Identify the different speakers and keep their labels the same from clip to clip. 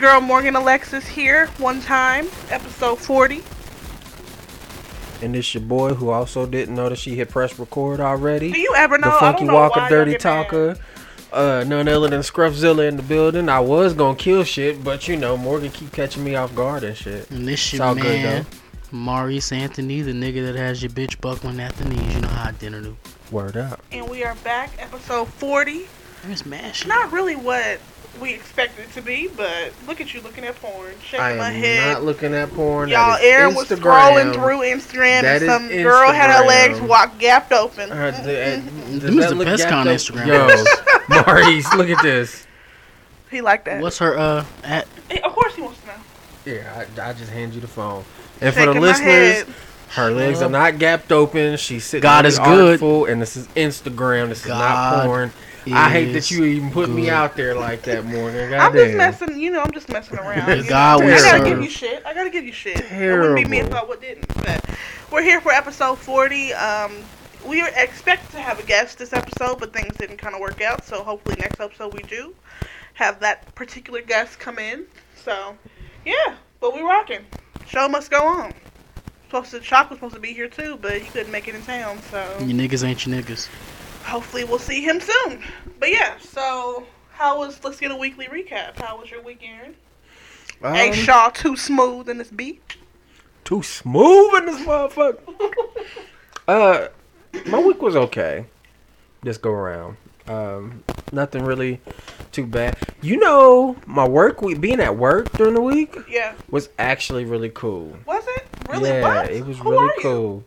Speaker 1: girl Morgan Alexis here, one time, episode 40.
Speaker 2: And it's your boy who also didn't know that she hit press record already.
Speaker 1: Do you ever know?
Speaker 2: the
Speaker 1: I don't
Speaker 2: Funky
Speaker 1: know
Speaker 2: Walker,
Speaker 1: why I
Speaker 2: Dirty
Speaker 1: get mad.
Speaker 2: Talker, uh, none other than Scruffzilla in the building. I was gonna kill shit, but you know Morgan keep catching me off guard and shit.
Speaker 3: And this
Speaker 2: It's
Speaker 3: shit,
Speaker 2: all
Speaker 3: man,
Speaker 2: good,
Speaker 3: Maurice Anthony, the nigga that has your bitch buckling at the knees. You know how I dinner do.
Speaker 2: Word up.
Speaker 1: And we are back, episode 40.
Speaker 3: It's mad shit.
Speaker 1: Not really what we expected it to be, but look at you looking at porn, shaking
Speaker 2: I
Speaker 1: my
Speaker 2: am
Speaker 1: head.
Speaker 2: not looking at porn.
Speaker 1: Y'all,
Speaker 2: That is
Speaker 1: Aaron was
Speaker 2: Instagram.
Speaker 1: scrolling through Instagram and
Speaker 2: That is
Speaker 1: some girl had her legs
Speaker 2: Instagram.
Speaker 1: walk gapped open.
Speaker 2: Uh, the- uh, does
Speaker 3: Them is
Speaker 2: that
Speaker 3: the
Speaker 2: look
Speaker 3: best
Speaker 2: gapped
Speaker 3: kind of
Speaker 2: up?
Speaker 3: Instagram
Speaker 2: Yo, Maurice, look at this.
Speaker 1: he liked that.
Speaker 3: What's her uh at?
Speaker 1: Eh, Of course he wants to know.
Speaker 2: Yeah, I, I just hand you the phone. And for the
Speaker 1: Shaking my
Speaker 2: listeners,
Speaker 1: head.
Speaker 2: Her legs are not gapped open. She's sitting
Speaker 3: God
Speaker 2: really
Speaker 3: is good.
Speaker 2: artful, and this is Instagram. This is not
Speaker 3: God
Speaker 2: porn. I hate
Speaker 3: is
Speaker 2: that you even put me
Speaker 3: good.
Speaker 2: out there like that, Morgan. God
Speaker 1: I'm just
Speaker 2: damn.
Speaker 1: messing, you know, I'm just messing around.
Speaker 3: The
Speaker 1: you know.
Speaker 3: God
Speaker 2: we
Speaker 1: I gotta
Speaker 2: serve.
Speaker 1: give you shit. I gotta give you shit. It wouldn't be me if I
Speaker 2: Terrible.
Speaker 1: would didn't. But we're here for episode 40. Um, we were expected to have a guest this episode, but things didn't kind of work out. So hopefully next episode we do have that particular guest come in. So yeah, but we rocking. Show must go on. Supposed to, Shock was supposed to be here too, but he couldn't make it in town. So
Speaker 3: You niggas ain't your niggas.
Speaker 1: hopefully we'll see him soon. But yeah, so how was? Let's get a weekly recap. How was your weekend?
Speaker 2: Um,
Speaker 1: Ain't Shaw too smooth in this beat?
Speaker 2: too smooth in this motherfucker. uh, my week was okay. Just go around. Um, nothing really too bad. You know, my work week, being at work during the week
Speaker 1: Yeah.
Speaker 2: was actually really cool.
Speaker 1: Was it really?
Speaker 2: yeah,
Speaker 1: what?
Speaker 2: it was
Speaker 1: Who
Speaker 2: really
Speaker 1: are you?
Speaker 2: cool.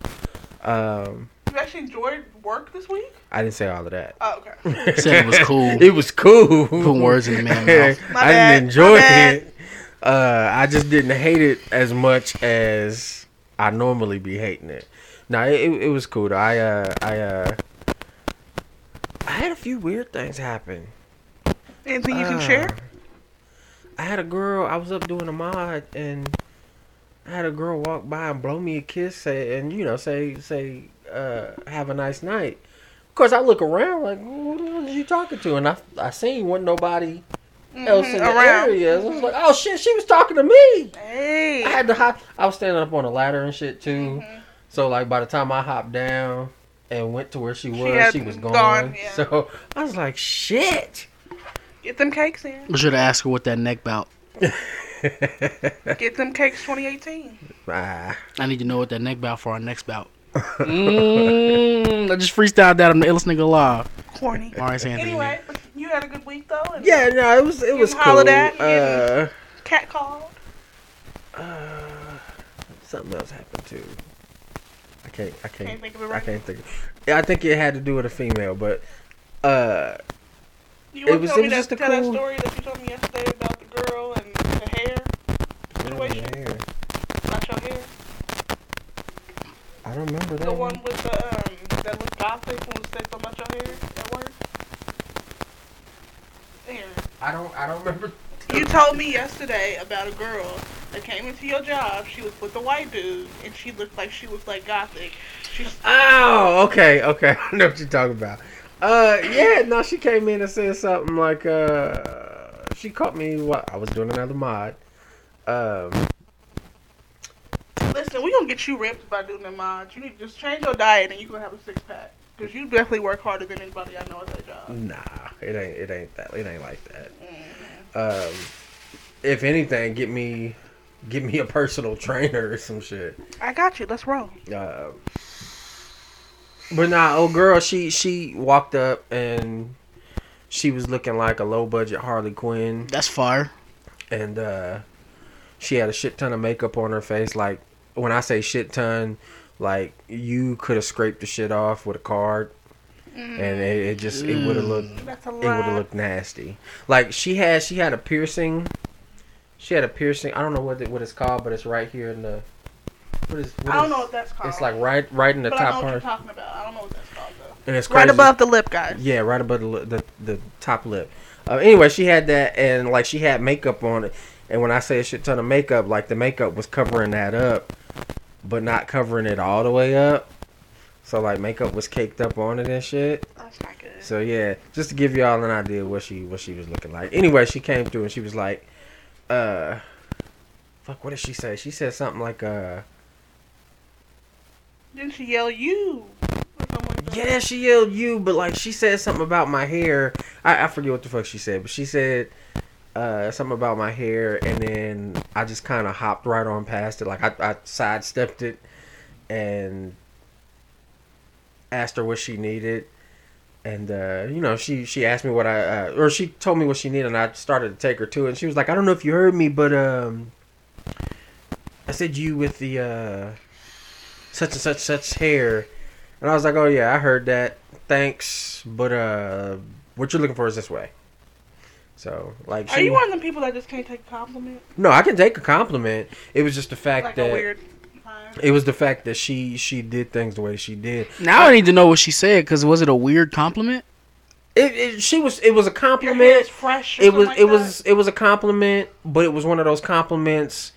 Speaker 2: Um,
Speaker 1: You actually enjoyed work this week?
Speaker 2: I didn't say all of that.
Speaker 1: Oh, okay.
Speaker 3: Said it was cool.
Speaker 2: It was cool.
Speaker 3: Putting words in the man's mouth.
Speaker 1: My
Speaker 2: I
Speaker 1: bad,
Speaker 2: didn't enjoy
Speaker 1: my bad.
Speaker 2: it. Uh, I just didn't hate it as much as I normally be hating it. Now it, it, it was cool. Though. I uh, I uh, I had a few weird things happen.
Speaker 1: Anything you can
Speaker 2: Uh,
Speaker 1: share?
Speaker 2: I had a girl. I was up doing a mod, and I had a girl walk by and blow me a kiss, say, and you know, say, say, uh, have a nice night. Of course, I look around like, who the hell is you talking to? And I, I seen wasn't nobody else
Speaker 1: Mhm,
Speaker 2: in the area. So I was like, oh shit, she was talking to me.
Speaker 1: Hey.
Speaker 2: I had to hop. I was standing up on a ladder and shit too.
Speaker 1: Mhm.
Speaker 2: So like by the time I hopped down and went to where she was,
Speaker 1: had
Speaker 2: she, was gone.
Speaker 1: gone, yeah.
Speaker 2: So I was like, shit.
Speaker 1: Get them cakes in.
Speaker 3: I should have asked her what that neck bout.
Speaker 1: Get them cakes 2018.
Speaker 2: Ah.
Speaker 3: I need to know what that neck bout for our next bout. mm, I just freestyled that. I'm the illest nigga alive.
Speaker 1: Corny.
Speaker 3: Maurice Anthony.
Speaker 1: Anyway, you had a good week though. And
Speaker 2: Yeah, no, it was it was
Speaker 1: Getting hollered
Speaker 2: cool.
Speaker 1: at,
Speaker 2: Uh,
Speaker 1: getting- Cat called.
Speaker 2: uh, something else happened too. I can't. I can't.
Speaker 1: Can't think of it
Speaker 2: I
Speaker 1: right.
Speaker 2: can't think. Of, yeah, I think it had to do with a female, but uh,
Speaker 1: You
Speaker 2: It
Speaker 1: want to
Speaker 2: was-
Speaker 1: tell
Speaker 2: it
Speaker 1: me
Speaker 2: was
Speaker 1: that,
Speaker 2: just a
Speaker 1: tell
Speaker 2: cool-
Speaker 1: that story that you told me yesterday about the girl and the hair? Situation.
Speaker 2: yeah,
Speaker 1: Not your hair.
Speaker 2: I don't remember that.
Speaker 1: The
Speaker 2: one.
Speaker 1: one with the um that looked gothic and was sick about your hair at work. Aaron,
Speaker 2: I don't. I don't remember.
Speaker 1: You told me yesterday about a girl that came into your job. She was with a white dude, and she looked like she was like gothic. She's
Speaker 2: Oh, okay, okay. I know what you're talking about. Uh, yeah, no, she came in and said something like, uh, she caught me while I was doing another mod. Um,
Speaker 1: listen. We gonna get you ripped by doing them mods. You need to just change your diet, and you gonna have a six pack. Cause you definitely work harder than anybody I know at that job.
Speaker 2: nah, it ain't, it ain't that, it ain't like that. Um, if anything, get me, get me a personal trainer or some shit.
Speaker 1: I got you. Let's roll.
Speaker 2: Uh, but nah, old girl, she she walked up and she was looking like a low budget Harley Quinn.
Speaker 3: That's fire.
Speaker 2: and uh she had a shit ton of makeup on her face like when i say shit ton like you could have scraped the shit off with a card and it, it just it
Speaker 1: Mm.
Speaker 2: would have looked
Speaker 1: That's a
Speaker 2: it would have
Speaker 1: lot.
Speaker 2: looked nasty like she had she had a piercing she had a piercing i don't know what it, what it's called but it's right here in the what is what
Speaker 1: I don't
Speaker 2: is-
Speaker 1: know what that's called.
Speaker 2: it's like right right in the
Speaker 1: but I know
Speaker 2: top
Speaker 1: what you're
Speaker 2: part
Speaker 1: talking about. I don't know what that's called though.
Speaker 2: and it's crazy.
Speaker 1: Right above the lip, guys.
Speaker 2: Yeah, right above the li- the, the top lip. Uh, anyway, she had that, and like she had makeup on it. And when I say a shit ton of makeup, like the makeup was covering that up, but not covering it all the way up. So like makeup was caked up on it and shit.
Speaker 1: That's not good.
Speaker 2: So yeah, just to give y'all an idea what she what she was looking like. Anyway, she came through and she was like, uh fuck what did she say? She said something like uh
Speaker 1: Didn't she yell you? Or something like that.
Speaker 2: Yeah, she yelled you, but like she said something about my hair. I, I forget what the fuck she said, but she said uh, something about my hair, and then I just kind of hopped right on past it. Like I, I sidestepped it and asked her what she needed, and uh, you know she she asked me what I uh, or she told me what she needed, and I started to take her to it. And she was like, I don't know if you heard me, but um, I said you with the uh, such and such such hair. And I was like, "Oh yeah, I heard that. Thanks, but uh, what you're looking for is this way." So like,
Speaker 1: Are you one of them people that just can't take compliments?
Speaker 2: no, I can take a compliment. It was just the fact
Speaker 1: Like
Speaker 2: that
Speaker 1: a weird vibe?
Speaker 2: it was the fact that she she did things the way she did.
Speaker 3: Now I need to know what she said because was it a weird compliment?
Speaker 2: It, it she was it was a
Speaker 1: Your hair is
Speaker 2: compliment.
Speaker 1: fresh. or
Speaker 2: It was
Speaker 1: something
Speaker 2: it
Speaker 1: like
Speaker 2: was it was a compliment, but it was one of those compliments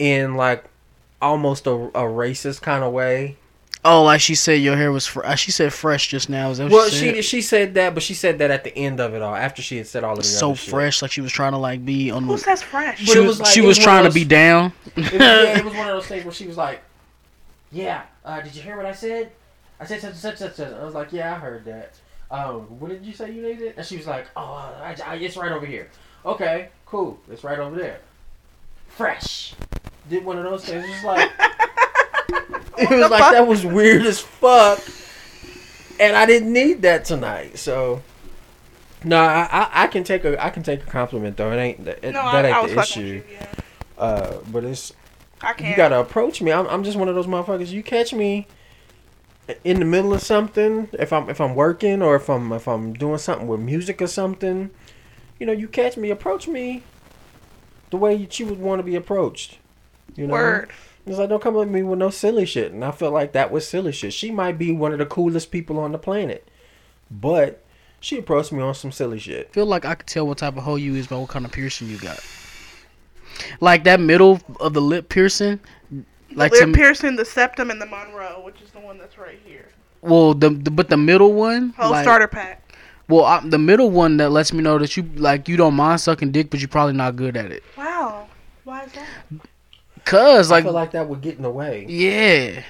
Speaker 2: in like almost a, a racist kind of way.
Speaker 3: Oh, like she said your hair was fr- uh, she said fresh just now. Is that what
Speaker 2: Well,
Speaker 3: she, said?
Speaker 2: she she said that, but she said that at the end of it all, after she had said all of the
Speaker 3: so
Speaker 2: other shit.
Speaker 3: fresh, like she was trying to like be on.
Speaker 1: that? Who
Speaker 3: The,
Speaker 1: says fresh?
Speaker 2: But
Speaker 3: she
Speaker 2: it
Speaker 3: was,
Speaker 2: was like-
Speaker 3: she
Speaker 2: it
Speaker 3: was
Speaker 2: was
Speaker 3: trying
Speaker 2: one
Speaker 3: to
Speaker 2: of
Speaker 3: be
Speaker 2: those-
Speaker 3: down.
Speaker 2: It was, yeah, it was one of those things where she was like, "Yeah, uh, did you hear what I said? I said such and such such." such." I was like, "Yeah, I heard that." Um, what did you say you needed? And she was like, "Oh, I, I, it's right over here." Okay, cool. It's right over there. Fresh. Did one of those things. It was like, it was like that was weird as fuck, and I didn't need that tonight. So. No, I, I, I can take a I can take a compliment though. It ain't it,
Speaker 1: no,
Speaker 2: that
Speaker 1: I,
Speaker 2: ain't
Speaker 1: I was
Speaker 2: the
Speaker 1: fucking
Speaker 2: issue.
Speaker 1: with you. Yeah.
Speaker 2: Uh, but it's
Speaker 1: I can't.
Speaker 2: you gotta approach me. I'm, I'm just one of those motherfuckers. You catch me in the middle of something, if I'm if I'm working or if I'm if I'm doing something with music or something, you know, you catch me, approach me the way that you would want to be approached. You know,
Speaker 1: Word.
Speaker 2: it's like don't come at me with no silly shit. And I felt like that was silly shit. She might be one of the coolest people on the planet, but she approached me on some silly shit.
Speaker 3: feel like I could tell what type of hoe you is by what kind of piercing you got. Like that middle of the lip piercing, like
Speaker 1: Like Lip
Speaker 3: to, me-
Speaker 1: piercing, the septum, and the Monroe, which is the one that's right here.
Speaker 3: well, the, the but the middle one,
Speaker 1: Whole
Speaker 3: like,
Speaker 1: starter pack.
Speaker 3: well, I, the middle one that lets me know that you like you don't mind sucking dick, but you're probably not good at it.
Speaker 1: Wow. Why is that?
Speaker 3: Cause
Speaker 2: I
Speaker 3: like,
Speaker 2: feel like that would get in the way.
Speaker 3: yeah,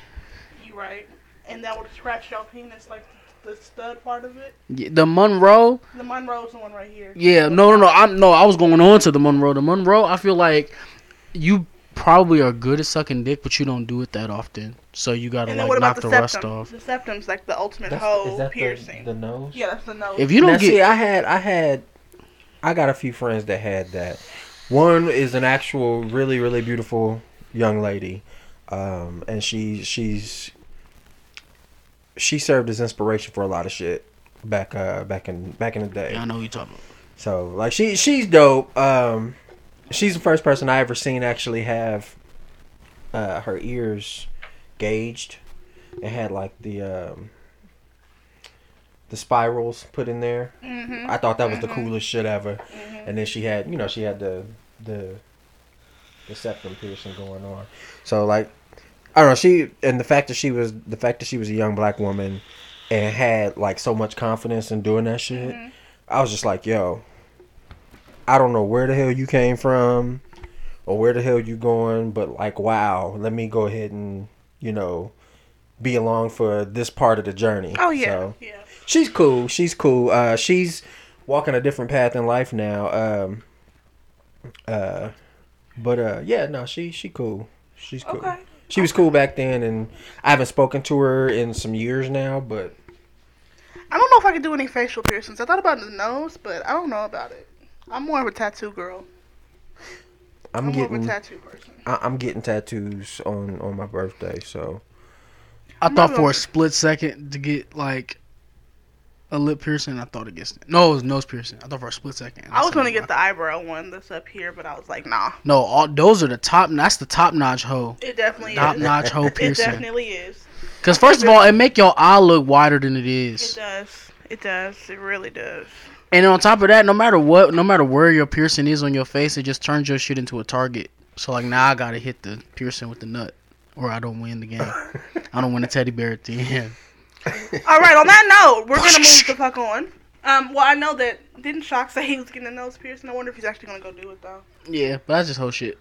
Speaker 1: You right. And that would scratch your penis like the stud part of it.
Speaker 3: Yeah, the Monroe,
Speaker 1: The Monroe's the one right here.
Speaker 3: yeah, no, no, no, I no, I was going on to the Monroe. The Monroe, I feel like you probably are good at sucking dick, but you don't do it that often, so you gotta
Speaker 1: And then
Speaker 3: like
Speaker 1: what
Speaker 3: knock
Speaker 1: about
Speaker 3: the,
Speaker 1: the,
Speaker 3: rust
Speaker 1: septum?
Speaker 3: off.
Speaker 1: The septum's like the ultimate
Speaker 2: That's, is
Speaker 1: hoe
Speaker 2: that
Speaker 1: piercing.
Speaker 2: The, the nose?
Speaker 1: yeah, that's the nose.
Speaker 3: If you don't
Speaker 2: now,
Speaker 3: get
Speaker 2: see, I had, I had, I got a few friends that had that. One is an actual, really, really beautiful young lady, um, and she, she's, she served as inspiration for a lot of shit back, uh, back in, back in the day.
Speaker 3: I know who you talking about.
Speaker 2: So like she she's dope. Um, she's the first person I ever seen actually have uh, her ears gauged. It had like the um, the spirals put in there.
Speaker 1: hmm
Speaker 2: I thought that was the coolest shit ever.
Speaker 1: Mhm.
Speaker 2: And then she had you know she had the the the septum piercing going on. So like I don't know she and the fact that she was the fact that she was a young black woman and had like so much confidence in doing that shit.
Speaker 1: Mhm.
Speaker 2: I was just like, yo, I don't know where the hell you came from or where the hell you going, but like, wow, let me go ahead and, you know, be along for this part of the journey.
Speaker 1: Oh yeah,
Speaker 2: So,
Speaker 1: yeah.
Speaker 2: she's cool. She's cool. Uh, she's walking a different path in life now. Um, uh, but uh, yeah, no, she she cool. She's cool.
Speaker 1: Okay.
Speaker 2: She was cool back then, and I haven't spoken to her in some years now. But
Speaker 1: I don't know if I could do any facial piercings. I thought about the nose, but I don't know about it. I'm more of a tattoo girl. I'm,
Speaker 2: I'm,
Speaker 1: more of a
Speaker 2: getting
Speaker 1: tattoo person.
Speaker 2: I, I'm getting tattoos on on my birthday, so
Speaker 3: I
Speaker 1: I'm
Speaker 3: thought
Speaker 1: not
Speaker 3: for
Speaker 1: gonna-
Speaker 3: a split second to get like a lip piercing. I thought against it. No, it was nose piercing. I thought for a split second.
Speaker 1: I was gonna get the eyebrow one that's up here, but I was like, nah.
Speaker 3: No, all, those are the top. That's the top notch hoe.
Speaker 1: It definitely
Speaker 3: Top
Speaker 1: is.
Speaker 3: notch hoe
Speaker 1: It
Speaker 3: piercing.
Speaker 1: definitely is.
Speaker 3: Because first of all, it make your eye look wider than it
Speaker 1: It
Speaker 3: is.
Speaker 1: does. It does. It really does.
Speaker 3: And on top of that, no matter what, no matter where your piercing is on your face, it just turns your shit into a target. So like now I gotta hit the piercing with the nut, or I don't win the game. I don't win the teddy bear at the end.
Speaker 1: All right. On that note, we're gonna move the fuck on. Um, well, I know that didn't Shock say he was getting a nose piercing. I wonder if he's actually gonna go do it though.
Speaker 3: Yeah, but that's just whole shit.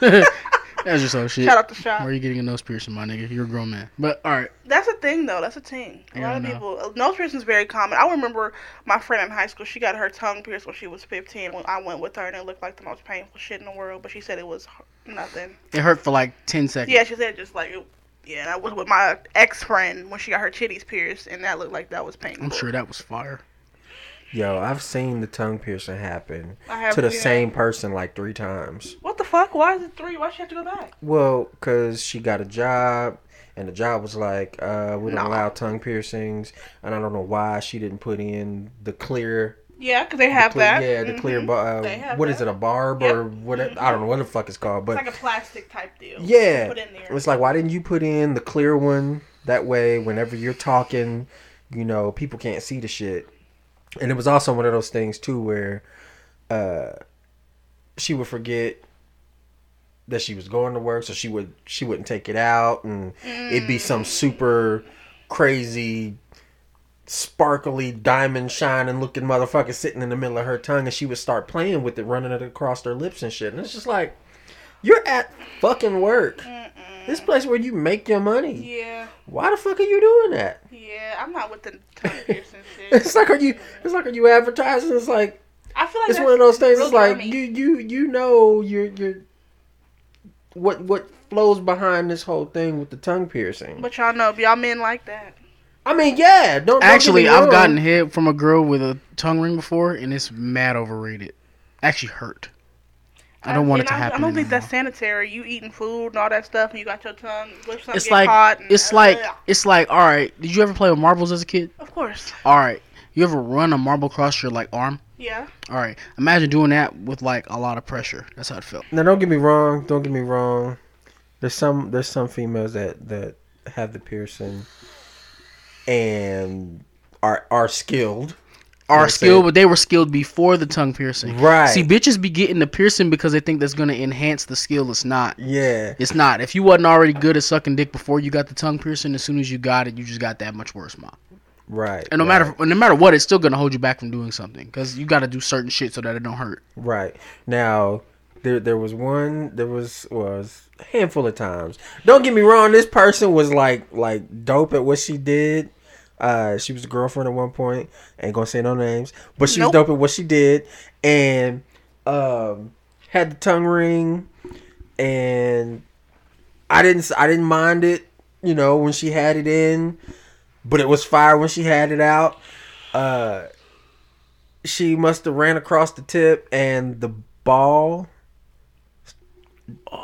Speaker 3: that's just whole shit.
Speaker 1: Shout out to
Speaker 3: Where
Speaker 1: Shock.
Speaker 3: you getting a nose piercing, my nigga? You're a grown man. But all right,
Speaker 1: That's a thing though. That's a thing. A
Speaker 3: Yeah,
Speaker 1: lot
Speaker 3: I
Speaker 1: of
Speaker 3: know.
Speaker 1: people uh, nose piercing is very common. I remember my friend in high school. She got her tongue pierced when she was 15. When I went with her, and it looked like the most painful shit in the world. But she said it was h- nothing.
Speaker 3: it hurt for like ten seconds.
Speaker 1: Yeah, she said just like it, yeah. And I was with my ex friend when she got her titties pierced, and that looked like that was painful.
Speaker 3: I'm sure that was fire.
Speaker 2: Yo, I've seen the tongue piercing happen
Speaker 1: I have
Speaker 2: to the
Speaker 1: yeah.
Speaker 2: same person like three times.
Speaker 1: What the fuck? Why is it three? Why she have to go back?
Speaker 2: Well, because she got a job, and the job was like, uh, we don't
Speaker 1: Nah.
Speaker 2: allow tongue piercings, and I don't know why she didn't put in the clear.
Speaker 1: Yeah, because they have
Speaker 2: the clear
Speaker 1: that.
Speaker 2: Yeah, the clear.
Speaker 1: Mhm.
Speaker 2: Bar, uh,
Speaker 1: They have
Speaker 2: what is
Speaker 1: that.
Speaker 2: it? A barb
Speaker 1: Yep.
Speaker 2: or whatever? I don't know what the fuck it's called, but
Speaker 1: It's like a plastic type deal.
Speaker 2: yeah,
Speaker 1: Put in there.
Speaker 2: it's like why didn't you put in the clear one? That way, whenever you're talking, you know people can't see the shit. And it was also one of those things too where uh, she would forget that she was going to work, so she would she wouldn't take it out, and it'd be some super crazy, sparkly diamond shining looking motherfucker sitting in the middle of her tongue, and she would start playing with it, running it across her lips and shit. And it's just like, you're at fucking work. This place where you make your money.
Speaker 1: Yeah,
Speaker 2: Why the fuck are you doing that?
Speaker 1: yeah. I'm not with the tongue piercing shit.
Speaker 2: It's like are you? It's like are you advertising? It's like
Speaker 1: I feel like
Speaker 2: it's
Speaker 1: that's
Speaker 2: one of those things.
Speaker 1: real
Speaker 2: It's like
Speaker 1: germy.
Speaker 2: you, you, you know, you're, you're. What what flows behind this whole thing with the tongue piercing?
Speaker 1: But y'all know, y'all men like that.
Speaker 2: I mean, yeah, don't- don't. get
Speaker 3: Actually,
Speaker 2: me
Speaker 3: I've
Speaker 2: wrong.
Speaker 3: gotten hit from a girl with a tongue ring before, and it's mad overrated. Actually, hurt. I don't want it
Speaker 1: and
Speaker 3: to
Speaker 1: I-
Speaker 3: happen.
Speaker 1: I don't think
Speaker 3: anymore.
Speaker 1: that's sanitary. You eating food and all that stuff, and you got your tongue. Lips up,
Speaker 3: It's
Speaker 1: get
Speaker 3: like
Speaker 1: hot and, uh,
Speaker 3: it's like it's like all right. Did you ever play with marbles as a kid?
Speaker 1: Of course,
Speaker 3: All right. You ever run a marble across your like arm?
Speaker 1: yeah.
Speaker 3: All right. Imagine doing that with like a lot of pressure. That's how it felt.
Speaker 2: Now, don't get me wrong. Don't get me wrong. There's some there's some females that that have the piercing, and are are skilled.
Speaker 3: Are
Speaker 2: That's
Speaker 3: skilled,
Speaker 2: it.
Speaker 3: but they were skilled before the tongue piercing.
Speaker 2: Right.
Speaker 3: See, bitches be getting the piercing because they think that's gonna enhance the skill. It's not.
Speaker 2: Yeah.
Speaker 3: It's not. If you wasn't already good at sucking dick before you got the tongue piercing, as soon as you got it, you just got that much worse, ma.
Speaker 2: Right.
Speaker 3: And no
Speaker 2: right.
Speaker 3: matter no matter what, it's still gonna hold you back from doing something because you got to do certain shit so that it don't hurt.
Speaker 2: Right. Now, there there was one there was was a handful of times. Don't get me wrong, this person was like like dope at what she did. Uh she was a girlfriend at one point. Ain't gonna say no names. But she
Speaker 1: Nope.
Speaker 2: was dope at what she did and um had the tongue ring and I didn't I didn't mind it, you know, when she had it in, but it was fire when she had it out. Uh she must have ran across the tip and the ball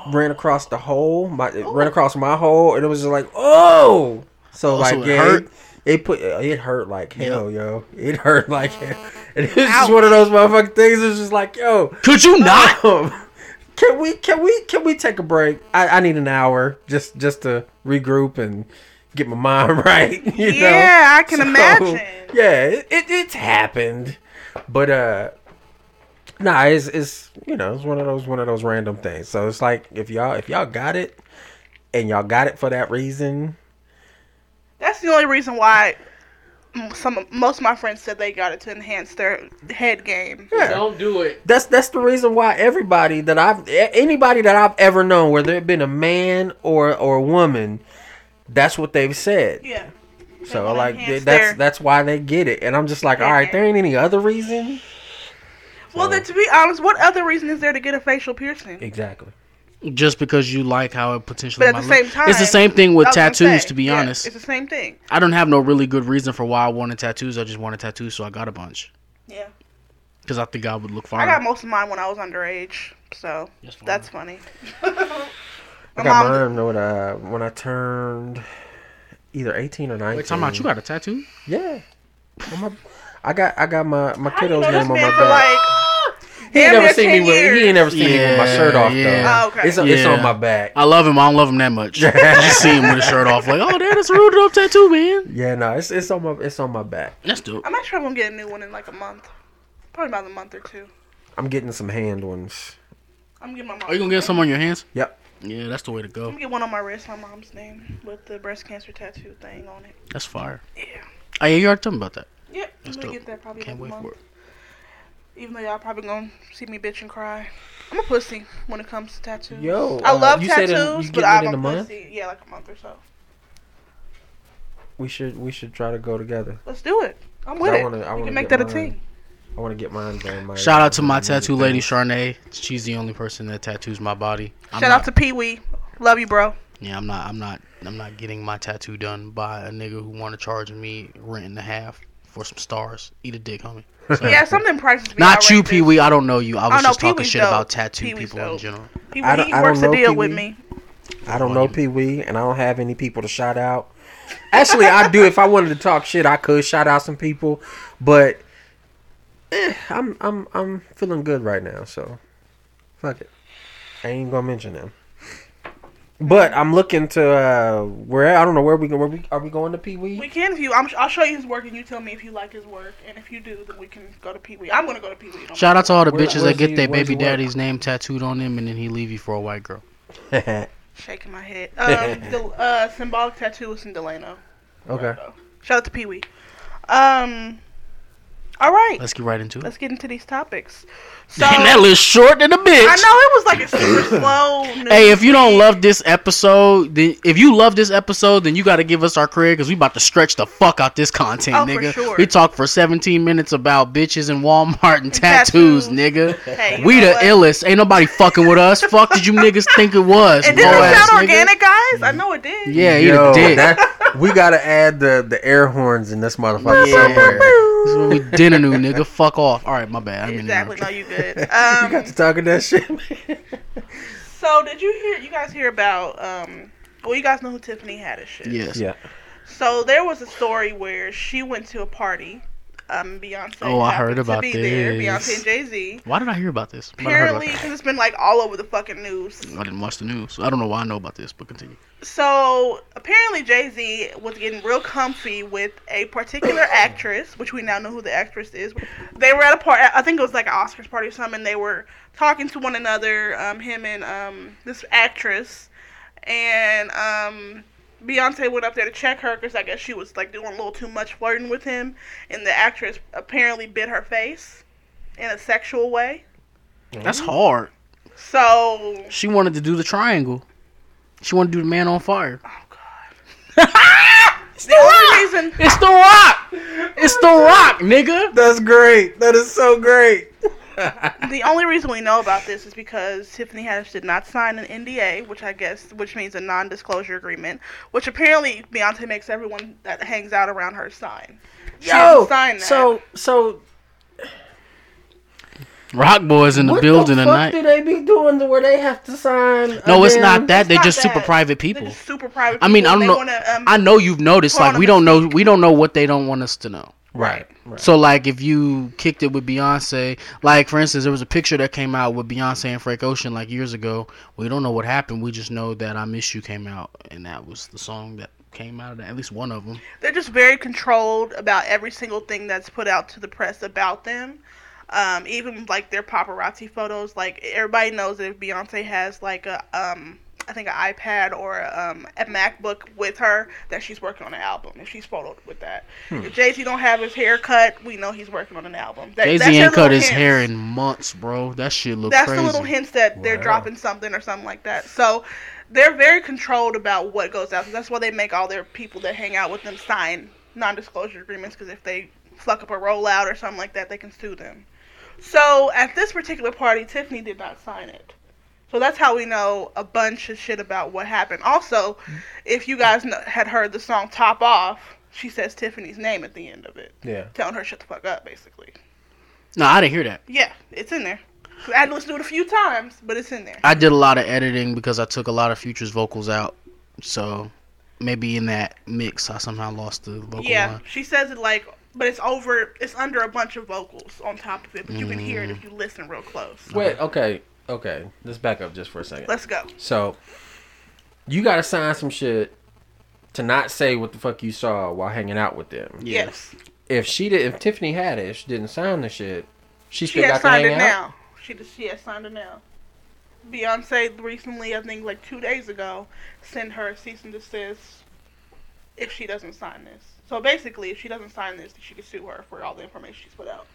Speaker 2: ran across the hole, my it ran across my hole and it was just like, "Oh!" So
Speaker 3: Oh,
Speaker 2: like
Speaker 3: so it
Speaker 2: yeah,
Speaker 3: hurt?
Speaker 2: It, it put uh, it hurt like hell, yo. It hurt like hell. And it was just one of those motherfucking things. It's just like, yo,
Speaker 3: Could you not?
Speaker 2: um, can we can we can we take a break? I, I need an hour just just to regroup and get my mind right. You know?
Speaker 1: Yeah, I can
Speaker 2: So,
Speaker 1: imagine.
Speaker 2: Yeah, it, it it's happened, but uh, nah, it's it's you know it's one of those one of those random things. So it's like if y'all if y'all got it and y'all got it for that reason,
Speaker 1: That's the only reason why some most of my friends said they got it to enhance their head game.
Speaker 2: yeah.
Speaker 3: Ah, do it.
Speaker 2: That's that's the reason why everybody that I've a- anybody that I've ever known, whether it been a man or or a woman, that's what they've said.
Speaker 1: Yeah.
Speaker 2: So
Speaker 1: wanna
Speaker 2: like
Speaker 1: enhance
Speaker 2: that's
Speaker 1: their-
Speaker 2: that's why they get it, and I'm just like, all right, there ain't any other reason.
Speaker 1: Well, then to be honest, what other reason is there to get a facial piercing?
Speaker 2: Exactly.
Speaker 3: Just because you like how it potentially.
Speaker 1: But at
Speaker 3: might
Speaker 1: the
Speaker 3: look.
Speaker 1: same time-
Speaker 3: it's the same thing with
Speaker 1: I was gonna
Speaker 3: tattoos.
Speaker 1: say,
Speaker 3: To be
Speaker 1: yeah,
Speaker 3: honest,
Speaker 1: it's the same thing.
Speaker 3: I don't have no really good reason for why I wanted tattoos. I just wanted tattoos, so I got a bunch
Speaker 1: Yeah,
Speaker 3: because I think I would look fine.
Speaker 1: I got most of mine when I was underage, so that's funny.
Speaker 2: I
Speaker 1: My
Speaker 2: got
Speaker 1: mom-
Speaker 2: mine when I when I turned either 18 or 19.
Speaker 3: Wait, talking about you got a tattoo?
Speaker 2: Yeah. On my- I got I got my my
Speaker 1: How you know this
Speaker 2: kiddo's name on my
Speaker 1: man
Speaker 2: back.
Speaker 1: for like
Speaker 2: he ain't
Speaker 1: damn
Speaker 2: never
Speaker 1: near
Speaker 2: seen me
Speaker 1: 10
Speaker 2: with he ain't
Speaker 1: years?
Speaker 2: never seen me with my
Speaker 3: Yeah,
Speaker 2: shirt off
Speaker 3: yeah.
Speaker 1: Oh,
Speaker 2: though.
Speaker 1: okay.
Speaker 2: It's it's
Speaker 3: Yeah.
Speaker 2: on my back.
Speaker 3: I love him. I don't love him that much. I just see him with his shirt off, like, oh, damn, that's a rooted up tattoo, man.
Speaker 2: Yeah, no, it's it's on my it's on my back.
Speaker 3: That's dope.
Speaker 1: I'm not sure I'm gonna get a new one in like a month, probably about a month or two.
Speaker 2: I'm getting some hand ones.
Speaker 1: I'm getting my mom.
Speaker 3: Are you gonna get some on your hands?
Speaker 2: Yep.
Speaker 3: Yeah, that's the way to
Speaker 1: I'm
Speaker 3: go.
Speaker 1: gonna get one on my wrist, my mom's name, with the breast cancer tattoo thing on it.
Speaker 3: That's fire.
Speaker 1: Yeah.
Speaker 3: Oh, yeah, you already told me about that.
Speaker 1: Yep, I'm
Speaker 3: That's
Speaker 1: gonna
Speaker 3: dope.
Speaker 1: get that probably
Speaker 3: Can't
Speaker 1: next
Speaker 3: wait
Speaker 1: month.
Speaker 3: for it.
Speaker 1: Even though y'all probably gonna see me bitch and cry. I'm a pussy when it comes to tattoos.
Speaker 2: Yo,
Speaker 1: I
Speaker 2: uh,
Speaker 1: love
Speaker 2: you said
Speaker 1: tattoos,
Speaker 2: in- you
Speaker 1: but
Speaker 2: getting it
Speaker 1: I'm
Speaker 2: in
Speaker 1: a
Speaker 2: a month?
Speaker 1: pussy. Yeah, like a month or so.
Speaker 2: We should we should try to go together.
Speaker 1: Let's do it. I'm with
Speaker 2: I
Speaker 1: it.
Speaker 2: wanna- I
Speaker 1: we
Speaker 2: wanna
Speaker 1: can make
Speaker 2: get
Speaker 1: that a
Speaker 2: mine.
Speaker 1: team.
Speaker 2: I want to get mine done. My,
Speaker 3: Shout out to my tattoo
Speaker 2: thing.
Speaker 3: lady, Charnay. She's the only person that tattoos my body. I'm
Speaker 1: Shout out to Pee Wee. Love you, bro.
Speaker 3: Yeah, I'm not. I'm not. I'm not getting my tattoo done by a nigga who want to charge me rent and a half for some stars. Eat a dick, homie. So-
Speaker 1: Yeah, something prices. be
Speaker 3: Not you,
Speaker 1: outrageous.
Speaker 3: Pee Wee. I don't know you. I was
Speaker 1: no,
Speaker 3: just talking
Speaker 1: Pee-wee's
Speaker 3: shit
Speaker 1: dope.
Speaker 3: about tattoo
Speaker 1: Pee-wee's
Speaker 3: people in
Speaker 1: dope.
Speaker 3: general.
Speaker 1: Pee
Speaker 2: I don't-
Speaker 1: Wee
Speaker 2: I
Speaker 1: works a
Speaker 2: don't know
Speaker 1: deal
Speaker 2: Pee
Speaker 1: with
Speaker 2: Wee.
Speaker 1: me.
Speaker 2: I don't know Pee Wee, and I don't have any people to shout out. Actually, I do. If I wanted to talk shit, I could shout out some people, but eh, I'm I'm I'm feeling good right now, so fuck it. I ain't gonna mention them. But I'm looking to uh, where I don't know where we go. Where we are we going to Pee
Speaker 1: We
Speaker 2: Wee?
Speaker 1: can if you. I'm, I'll show you his work, and you tell me if you like his work. And if you do, then we can go to Pee Wee. I'm gonna go to Pee Wee.
Speaker 3: Shout out to all the
Speaker 2: Where-
Speaker 3: bitches
Speaker 2: where's
Speaker 3: that get
Speaker 2: he-
Speaker 3: their
Speaker 2: where's
Speaker 3: baby
Speaker 2: he work?
Speaker 3: daddy's name tattooed on them and then he leave you for a white girl.
Speaker 2: okay.
Speaker 1: Shaking my head. Um, the uh, symbolic tattoo is in Delano. Shout out to Pee Wee. Um. All right.
Speaker 3: Let's get right into it.
Speaker 1: Let's get into these topics. So
Speaker 3: Damn, that list short than a bitch.
Speaker 1: I know it was like a super slow. news
Speaker 3: Hey, if you don't
Speaker 1: feed.
Speaker 3: love this episode, then if you love this episode, then you got to give us our credit because we about to stretch the fuck out this content,
Speaker 1: Oh, for
Speaker 3: nigga.
Speaker 1: sure.
Speaker 3: We talked for 17 minutes about bitches and Walmart and
Speaker 1: tattoos.
Speaker 3: tattoos, nigga.
Speaker 1: Hey, you
Speaker 3: We
Speaker 1: know
Speaker 3: the
Speaker 1: what?
Speaker 3: illest. Ain't nobody fucking with us. fuck did you niggas think it was?
Speaker 1: And did
Speaker 3: low
Speaker 1: it sound
Speaker 3: ass nigga?
Speaker 1: organic, guys? I know it did.
Speaker 3: Yeah, eat a dick.
Speaker 2: that- we gotta add the the air horns in this motherfucker
Speaker 3: Yeah.
Speaker 2: somewhere.
Speaker 3: This is what we dinner new nigga. Fuck off. All right, my bad. I mean,
Speaker 1: Exactly. No, you good.
Speaker 2: you got
Speaker 1: Um,
Speaker 2: to talking that shit.
Speaker 1: so did you hear? You guys hear about? Um, well, you guys know who Tiffany Haddish is.
Speaker 3: Yes.
Speaker 2: yeah.
Speaker 1: So there was a story where she went to a party. Um, Beyonce.
Speaker 3: Oh, I heard
Speaker 1: happened to
Speaker 3: about
Speaker 1: be There,
Speaker 3: this.
Speaker 1: Beyonce and Jay Z.
Speaker 3: Why did I hear about this? But I heard about
Speaker 1: Apparently, because it's been like all over the fucking news.
Speaker 3: this. I didn't watch the news. I don't know why I know about this, but continue.
Speaker 1: So apparently, Jay Z was getting real comfy with a particular actress, which we now know who the actress is. They were at a party. I think it was like an Oscars party or something. And they were talking to one another. Um, him and um this actress, and um. Beyonce went up there to check her because I guess she was like doing a little too much flirting with him, and the actress apparently bit her face in a sexual way.
Speaker 3: That's hard.
Speaker 1: So
Speaker 3: She wanted to do the triangle. She wanted to do the man on fire.
Speaker 1: Oh god. the only reason
Speaker 3: It's the rock. It's the rock, nigga.
Speaker 2: That's great. That is so great.
Speaker 1: the only reason we know about this is because Tiffany Haddish did not sign an NDA, which I guess which means a non-disclosure agreement, which apparently Beyonce makes everyone that hangs out around her sign. She
Speaker 2: Yo,
Speaker 1: didn't sign that.
Speaker 2: so so
Speaker 3: Rock boys in the
Speaker 2: what
Speaker 3: building
Speaker 2: the fuck
Speaker 3: tonight.
Speaker 2: do they be doing to where they have to sign?
Speaker 3: No,
Speaker 2: a
Speaker 3: it's
Speaker 2: damn-
Speaker 3: not that. They're
Speaker 1: not
Speaker 3: just super
Speaker 1: that.
Speaker 3: private
Speaker 1: They're
Speaker 3: people.
Speaker 1: just super private.
Speaker 3: I mean,
Speaker 1: people,
Speaker 3: I don't
Speaker 1: they
Speaker 3: know-
Speaker 1: Wanna, um,
Speaker 3: I know you've noticed.
Speaker 1: Put on
Speaker 3: Like
Speaker 1: a
Speaker 3: we don't know. We don't know what they don't want us to know.
Speaker 2: Right. right.
Speaker 3: So like if you kicked it with Beyonce, like for instance, there was a picture that came out with Beyonce and Frank Ocean like years ago. We don't know what happened. We just know that I Miss You came out and that was the song that came out of that, at least one of them.
Speaker 1: they're just very controlled about every single thing that's put out to the press about them. Um, even like their paparazzi photos, like everybody knows that if Beyonce has like a um, I think an iPad or a, um, a MacBook with her, that she's working on an album and she's photoed with that.
Speaker 3: Hmm.
Speaker 1: If Jay Z don't have his hair cut, we know he's working on an album. That,
Speaker 3: Jay
Speaker 1: that's
Speaker 3: Z
Speaker 1: their
Speaker 3: ain't cut
Speaker 1: little
Speaker 3: his
Speaker 1: hints.
Speaker 3: hair in months, bro. That shit look
Speaker 1: That's
Speaker 3: crazy.
Speaker 1: the little hints that they're
Speaker 2: Wow.
Speaker 1: dropping something or something like that. So they're very controlled about what goes out. So that's why they make all their people that hang out with them sign non-disclosure agreements because if they fuck up a rollout or something like that, they can sue them. So at this particular party, Tiffany did not sign it. So that's how we know a bunch of shit about what happened. Also, if you guys kn- had heard the song "Top Off," she says Tiffany's name at the end of it,
Speaker 2: Yeah.
Speaker 1: telling her shut the fuck up, basically.
Speaker 3: No, I didn't hear that.
Speaker 1: Yeah, it's in there. I had to listen to it a few times, but it's in there.
Speaker 3: I did a lot of editing because I took a lot of Future's vocals out. So maybe in that mix, I somehow lost the vocal
Speaker 1: yeah,
Speaker 3: line.
Speaker 1: she says it like, but it's over, it's under a bunch of vocals on top of it, but you can hear it
Speaker 2: Mm.
Speaker 1: if you listen real close.
Speaker 2: Wait. Okay. Okay. Let's back up just for a second.
Speaker 1: Let's go.
Speaker 2: So you gotta sign some shit to not say what the fuck you saw while hanging out with them.
Speaker 1: Yes.
Speaker 2: If she did, if Tiffany Haddish didn't sign the shit, she
Speaker 1: She
Speaker 2: still
Speaker 1: has
Speaker 2: got to
Speaker 1: signed
Speaker 2: hang
Speaker 1: it
Speaker 2: out.
Speaker 1: now. She, just- she has signed it now. Beyonce recently, I think like two days ago, sent her a cease and desist if she doesn't sign this. So basically, if she doesn't sign this, she can sue her for all the information she's put out.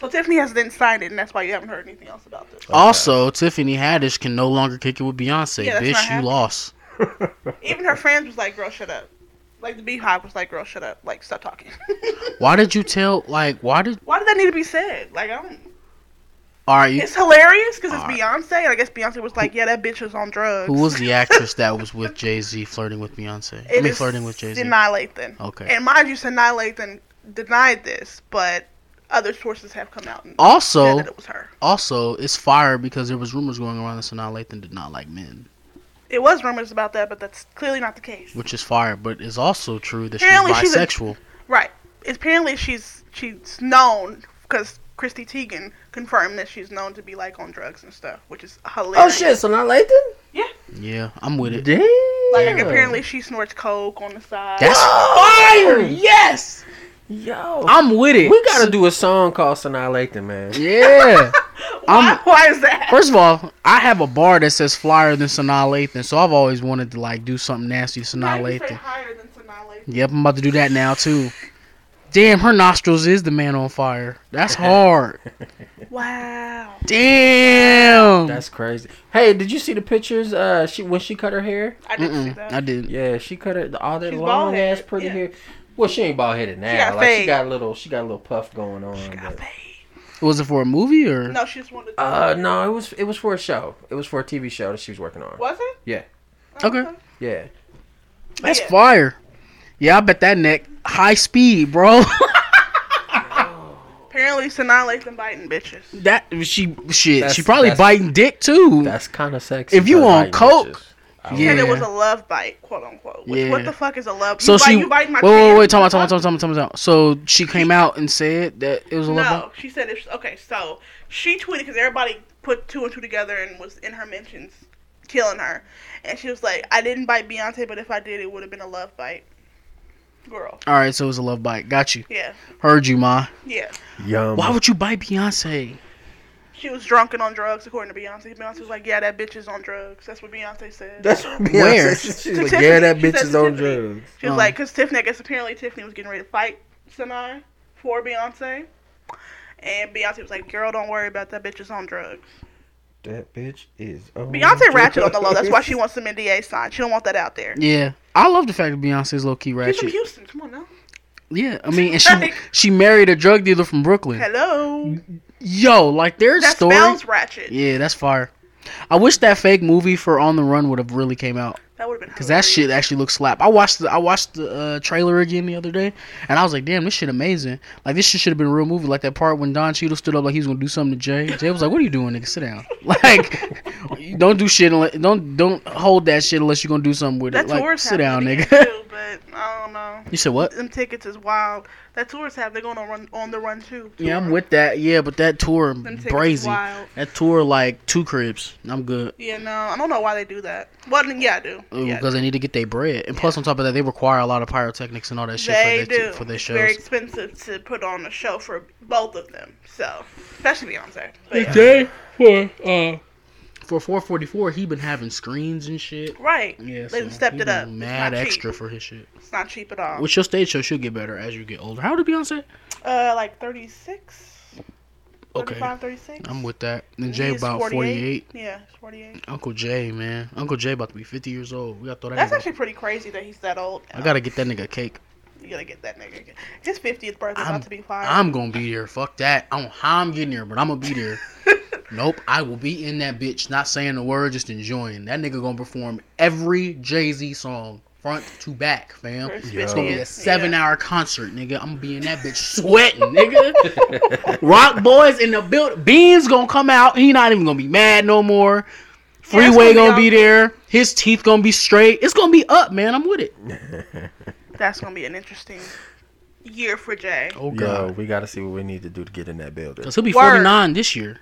Speaker 1: So Tiffany has then signed it, and that's why you haven't heard anything else about this.
Speaker 3: Also, Tiffany Haddish can no longer kick it with Beyonce.
Speaker 1: Yeah, that's not
Speaker 3: Bitch, you
Speaker 1: happening.
Speaker 3: lost.
Speaker 1: Even her friends was like, "Girl, shut up." Like the Beehive was like, "Girl, shut up." Like stop talking.
Speaker 3: Why did you tell? Like, why did?
Speaker 1: Why did that need to be said? Like I don't.
Speaker 3: All right, you,
Speaker 1: It's hilarious because it's
Speaker 3: Alright.
Speaker 1: Beyonce, and I guess Beyonce was like, "Yeah, that bitch was on drugs."
Speaker 3: who was the actress that was with Jay Z flirting with Beyonce? I
Speaker 1: It
Speaker 3: mean,
Speaker 1: is
Speaker 3: flirting with Jay Z.
Speaker 1: Sinai Lathan.
Speaker 3: Okay.
Speaker 1: And mind you, Sinai Lathan denied this, but other sources have come out and said
Speaker 3: Also,
Speaker 1: that it was her.
Speaker 3: also, it's fire because there was rumors going around that Sanaa Lathan did not like men,
Speaker 1: It was rumors about that, but that's clearly not the case.
Speaker 3: which is fire. But it's also true that she's
Speaker 1: Apparently she's a-
Speaker 3: bisexual.
Speaker 1: Right. Apparently, she's she's known because Christy Teigen confirmed that she's known to be like on drugs and stuff, which is
Speaker 2: Oh
Speaker 1: hilarious.
Speaker 2: shit, so not Lathan?
Speaker 3: Yeah, I'm with it.
Speaker 2: Damn.
Speaker 1: Like apparently, she snorts coke on the side.
Speaker 3: That's
Speaker 2: Oh,
Speaker 3: fire. Yes,
Speaker 2: Yo.
Speaker 3: I'm with it.
Speaker 2: We gotta do a song called Sinai Lathan, man.
Speaker 3: Yeah.
Speaker 1: why, why is that?
Speaker 3: First of all, I have a bar that says flyer than Sanaa Lathan, so I've always wanted to like do something nasty to
Speaker 1: Why
Speaker 3: Sanaa
Speaker 1: do you say
Speaker 3: Lathan.
Speaker 1: higher than Sinai Lathan?
Speaker 3: Yep, I'm about to do that now too. Damn, her nostrils is the man on fire. That's hard.
Speaker 1: Wow.
Speaker 3: Damn.
Speaker 2: That's crazy. Hey, did you see the pictures? Uh, she when she cut her hair.
Speaker 1: I didn't see
Speaker 3: Mm-mm,
Speaker 1: that.
Speaker 3: I didn't.
Speaker 2: Yeah, she cut her all that
Speaker 1: She's
Speaker 2: long ass
Speaker 1: bald-headed,
Speaker 2: pretty
Speaker 1: yeah.
Speaker 2: hair. Well, she ain't bald headed now.
Speaker 1: got
Speaker 2: like she
Speaker 1: fade.
Speaker 2: got a little, she got a little puff going on.
Speaker 1: She got
Speaker 2: but-
Speaker 1: paid.
Speaker 3: Was it for a movie or?
Speaker 1: No, she just wanted. To
Speaker 2: Uh, no, it was it was for a show. It was for a TV show that she was working on.
Speaker 1: Was it?
Speaker 2: Yeah.
Speaker 1: Oh,
Speaker 3: Okay.
Speaker 2: Yeah,
Speaker 3: That's
Speaker 1: Yeah.
Speaker 3: fire. Yeah, I bet that neck high speed, bro.
Speaker 1: Apparently, Sanaa Lathan biting bitches.
Speaker 3: that she shit.
Speaker 2: That's-
Speaker 3: she probably
Speaker 2: that's-
Speaker 3: biting dick too.
Speaker 2: that's kind of sexy.
Speaker 3: If you
Speaker 2: for
Speaker 3: on
Speaker 2: light
Speaker 3: coke,
Speaker 2: bitches.
Speaker 1: Yeah. And it was
Speaker 3: Yeah.
Speaker 1: a love bite, quote unquote. Which, What
Speaker 3: Yeah.
Speaker 1: the fuck is a love?
Speaker 3: so
Speaker 1: you
Speaker 3: she.
Speaker 1: bite, you bite my
Speaker 3: wait, wait,
Speaker 1: chin?
Speaker 3: wait. Time out, time out, time out, time out, time out, time out. So she came out and said that it was a love.
Speaker 1: No, she said it's okay. So she tweeted because everybody put two and two together and was in her mentions, killing her. And she was like, "I didn't bite Beyonce, but if I did, it would have been a love bite." Girl,
Speaker 3: All right, so it was a love bite. Got you.
Speaker 1: yeah,
Speaker 3: Heard you, ma.
Speaker 1: yeah.
Speaker 2: Yum.
Speaker 3: Why would you bite Beyonce?
Speaker 1: She was drunk and on drugs, according to Beyonce. Beyonce was like, "Yeah, that bitch is on drugs." That's what Beyonce said.
Speaker 2: That's what Beyonce
Speaker 3: Where?
Speaker 2: said. She's like,
Speaker 1: Tiffany.
Speaker 2: yeah, that
Speaker 1: She
Speaker 2: bitch
Speaker 1: said
Speaker 2: is
Speaker 1: to
Speaker 2: on
Speaker 1: Tiffany.
Speaker 2: drugs.
Speaker 1: She was
Speaker 3: Oh.
Speaker 1: like, because Tiffany, I guess apparently Tiffany was getting ready to fight Sinai for Beyonce. And Beyonce was like, girl, don't worry about that. Bitch is on drugs.
Speaker 2: That bitch is. On
Speaker 1: Beyonce ratchet on the low. That's why
Speaker 2: drugs.
Speaker 1: she wants some NDA signed. She don't want that out there.
Speaker 3: Yeah, I love the fact that Beyonce's low key
Speaker 1: She's from
Speaker 3: ratchet.
Speaker 1: Houston. Come on now.
Speaker 3: Yeah, I mean, and she she married a drug dealer from Brooklyn.
Speaker 1: Hello.
Speaker 3: Yo, like there's
Speaker 1: That
Speaker 3: story.
Speaker 1: spells ratchet.
Speaker 3: Yeah, that's fire. I wish that fake movie for On the Run would have really came out
Speaker 1: That would have been
Speaker 3: because that
Speaker 1: hilarious.
Speaker 3: shit actually looks slap. I watched the I watched the uh, trailer again the other day, and I was like, damn, this shit amazing. Like this shit should have been a real movie. Like that part when Don Cheadle stood up like he was gonna do something to Jay. Jay was like, "What are you doing, nigga? Sit down. Like, don't do shit. Unless, don't don't hold that shit unless you're gonna do something with
Speaker 1: That
Speaker 3: it. Like,
Speaker 1: tour's
Speaker 3: sit down,
Speaker 1: happening
Speaker 3: nigga."
Speaker 1: Too, but I don't know.
Speaker 3: you said what?
Speaker 1: Them tickets is wild. That tour's have. They're going on, run, on the run too.
Speaker 3: Yeah, I'm with that. Yeah, but that tour
Speaker 1: Them tickets
Speaker 3: brazy.
Speaker 1: wild.
Speaker 3: That tour like two cribs. I'm good
Speaker 1: Yeah, no. I don't know why they do that. Well, yeah, I do.
Speaker 3: because
Speaker 1: yeah, I do.
Speaker 3: they need to get their bread. And plus, on top of that, they require a lot of pyrotechnics and all that shit
Speaker 1: They
Speaker 3: for their,
Speaker 1: do.
Speaker 3: for their
Speaker 1: it's
Speaker 3: shows.
Speaker 1: very expensive to put on a show for both of them. So, especially Beyonce. But yeah.
Speaker 3: Today for uh for 444, he been having screens and shit.
Speaker 1: Right.
Speaker 3: Yeah,
Speaker 1: they
Speaker 3: so
Speaker 1: stepped
Speaker 3: he
Speaker 1: it
Speaker 3: been
Speaker 1: up. It's
Speaker 3: Mad
Speaker 1: not
Speaker 3: extra
Speaker 1: Cheap.
Speaker 3: for his shit.
Speaker 1: It's not cheap at all.
Speaker 3: Which your stage show should get better as you get older. How old is Beyonce?
Speaker 1: uh, like 36?
Speaker 3: Okay.
Speaker 1: 35, 36?
Speaker 3: I'm with that. And Jay
Speaker 1: He's
Speaker 3: about 48.
Speaker 1: Yeah, he's 48.
Speaker 3: Uncle Jay, man. Uncle Jay about to be 50 years old. We gotta throw that.
Speaker 1: That's
Speaker 3: nigga-
Speaker 1: actually pretty crazy that he's that old.
Speaker 3: I gotta get that nigga a cake.
Speaker 1: You gotta get that nigga. His 50th birthday's
Speaker 3: I'm-
Speaker 1: about to be fire.
Speaker 3: I'm gonna be there. Fuck that. I don't know how I'm getting there, but I'm gonna be there. nope, I will be in that bitch, not saying a word, just enjoying. That nigga gonna perform every Jay Z song front to back, fam.
Speaker 1: For his
Speaker 2: Yo.
Speaker 3: It's gonna be a
Speaker 1: 50th,
Speaker 3: seven
Speaker 1: yeah.
Speaker 3: hour concert, nigga. I'm gonna be in that bitch sweating, nigga. Rock boys in the build. Beans gonna come out. He not even gonna be mad no more.
Speaker 1: Yeah, it's
Speaker 3: Freeway
Speaker 1: gonna be
Speaker 3: gonna be
Speaker 1: all-
Speaker 3: there. His teeth gonna be straight. It's gonna be up, man. I'm with it.
Speaker 1: That's gonna be an interesting year for Jay.
Speaker 3: Oh
Speaker 2: Yo,
Speaker 3: god,
Speaker 2: we gotta see what we need to do to get in that building.
Speaker 3: because he'll be
Speaker 1: Word.
Speaker 3: 49 this year.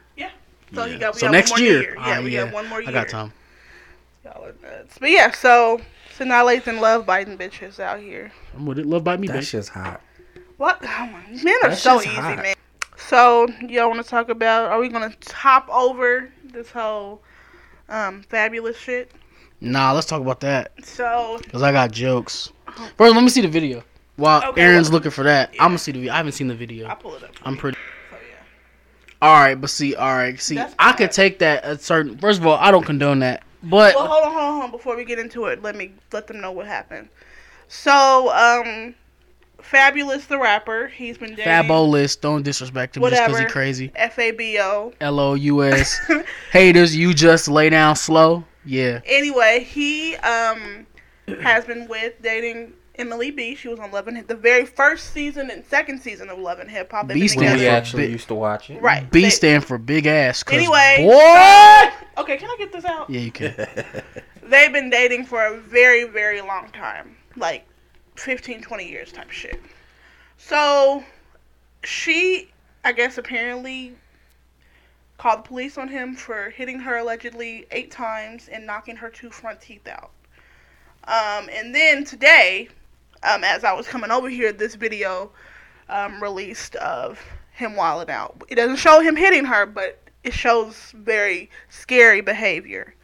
Speaker 1: So,
Speaker 3: Yeah.
Speaker 1: you got, we
Speaker 3: So
Speaker 1: got
Speaker 3: next
Speaker 1: one more
Speaker 3: year.
Speaker 1: year. Yeah,
Speaker 3: Ah,
Speaker 1: we
Speaker 3: yeah.
Speaker 1: got one more year.
Speaker 3: I got time.
Speaker 1: Y'all are nuts. But yeah, so Sinai and love biting bitches out here.
Speaker 3: I'm with it. Love by me,
Speaker 2: That
Speaker 3: bitch.
Speaker 2: shit's hot.
Speaker 1: What? Come on. These men are
Speaker 2: That
Speaker 1: so
Speaker 2: shit's
Speaker 1: easy,
Speaker 2: hot.
Speaker 1: man. So, y'all want to talk about? Are we gonna hop over this whole um fabulous shit?
Speaker 3: Nah, let's talk about that
Speaker 1: So,
Speaker 3: because I got jokes. Bro, let me see the video. While
Speaker 1: Okay,
Speaker 3: Aaron's
Speaker 1: well-
Speaker 3: looking for that,
Speaker 1: Yeah.
Speaker 3: I'm gonna see the. video. I haven't seen the
Speaker 1: I'll
Speaker 3: video.
Speaker 1: pull it up. for
Speaker 3: I'm
Speaker 1: you.
Speaker 3: pretty.
Speaker 1: So, yeah.
Speaker 3: All right, but see, all right, see,
Speaker 1: That's
Speaker 3: I
Speaker 1: bad.
Speaker 3: could take that. A certain. First of all, I don't condone that, but
Speaker 1: Well, hold on, hold on, hold on. Before we get into it, let me let them know what happened. So, um, Fabulous the rapper, he's been dating
Speaker 3: fabulous. Don't disrespect him just because
Speaker 1: Whatever.
Speaker 3: he's crazy.
Speaker 1: F A B O.
Speaker 3: L O U S haters. You just lay down slow. Yeah.
Speaker 1: Anyway, he um has been with dating Emily B. She was on Love and Hip, the very first season and second season of Love and Hip Hop. They've
Speaker 3: B
Speaker 1: been
Speaker 3: stands
Speaker 2: we
Speaker 1: together-
Speaker 3: for
Speaker 2: actually
Speaker 3: big-
Speaker 2: used to watch it.
Speaker 1: right.
Speaker 3: B
Speaker 1: They-
Speaker 3: stand for big ass. 'cause
Speaker 1: Anyway,
Speaker 3: boy-
Speaker 1: okay, can I get this out?
Speaker 3: Yeah, you can.
Speaker 1: They've been dating for a very, very long time. Like 15, 20 years type shit. So she, I guess, apparently called the police on him for hitting her allegedly eight times and knocking her two front teeth out. Um, and then today, um, as I was coming over here, this video um, released of him wilding out. It doesn't show him hitting her, but it shows very scary behavior.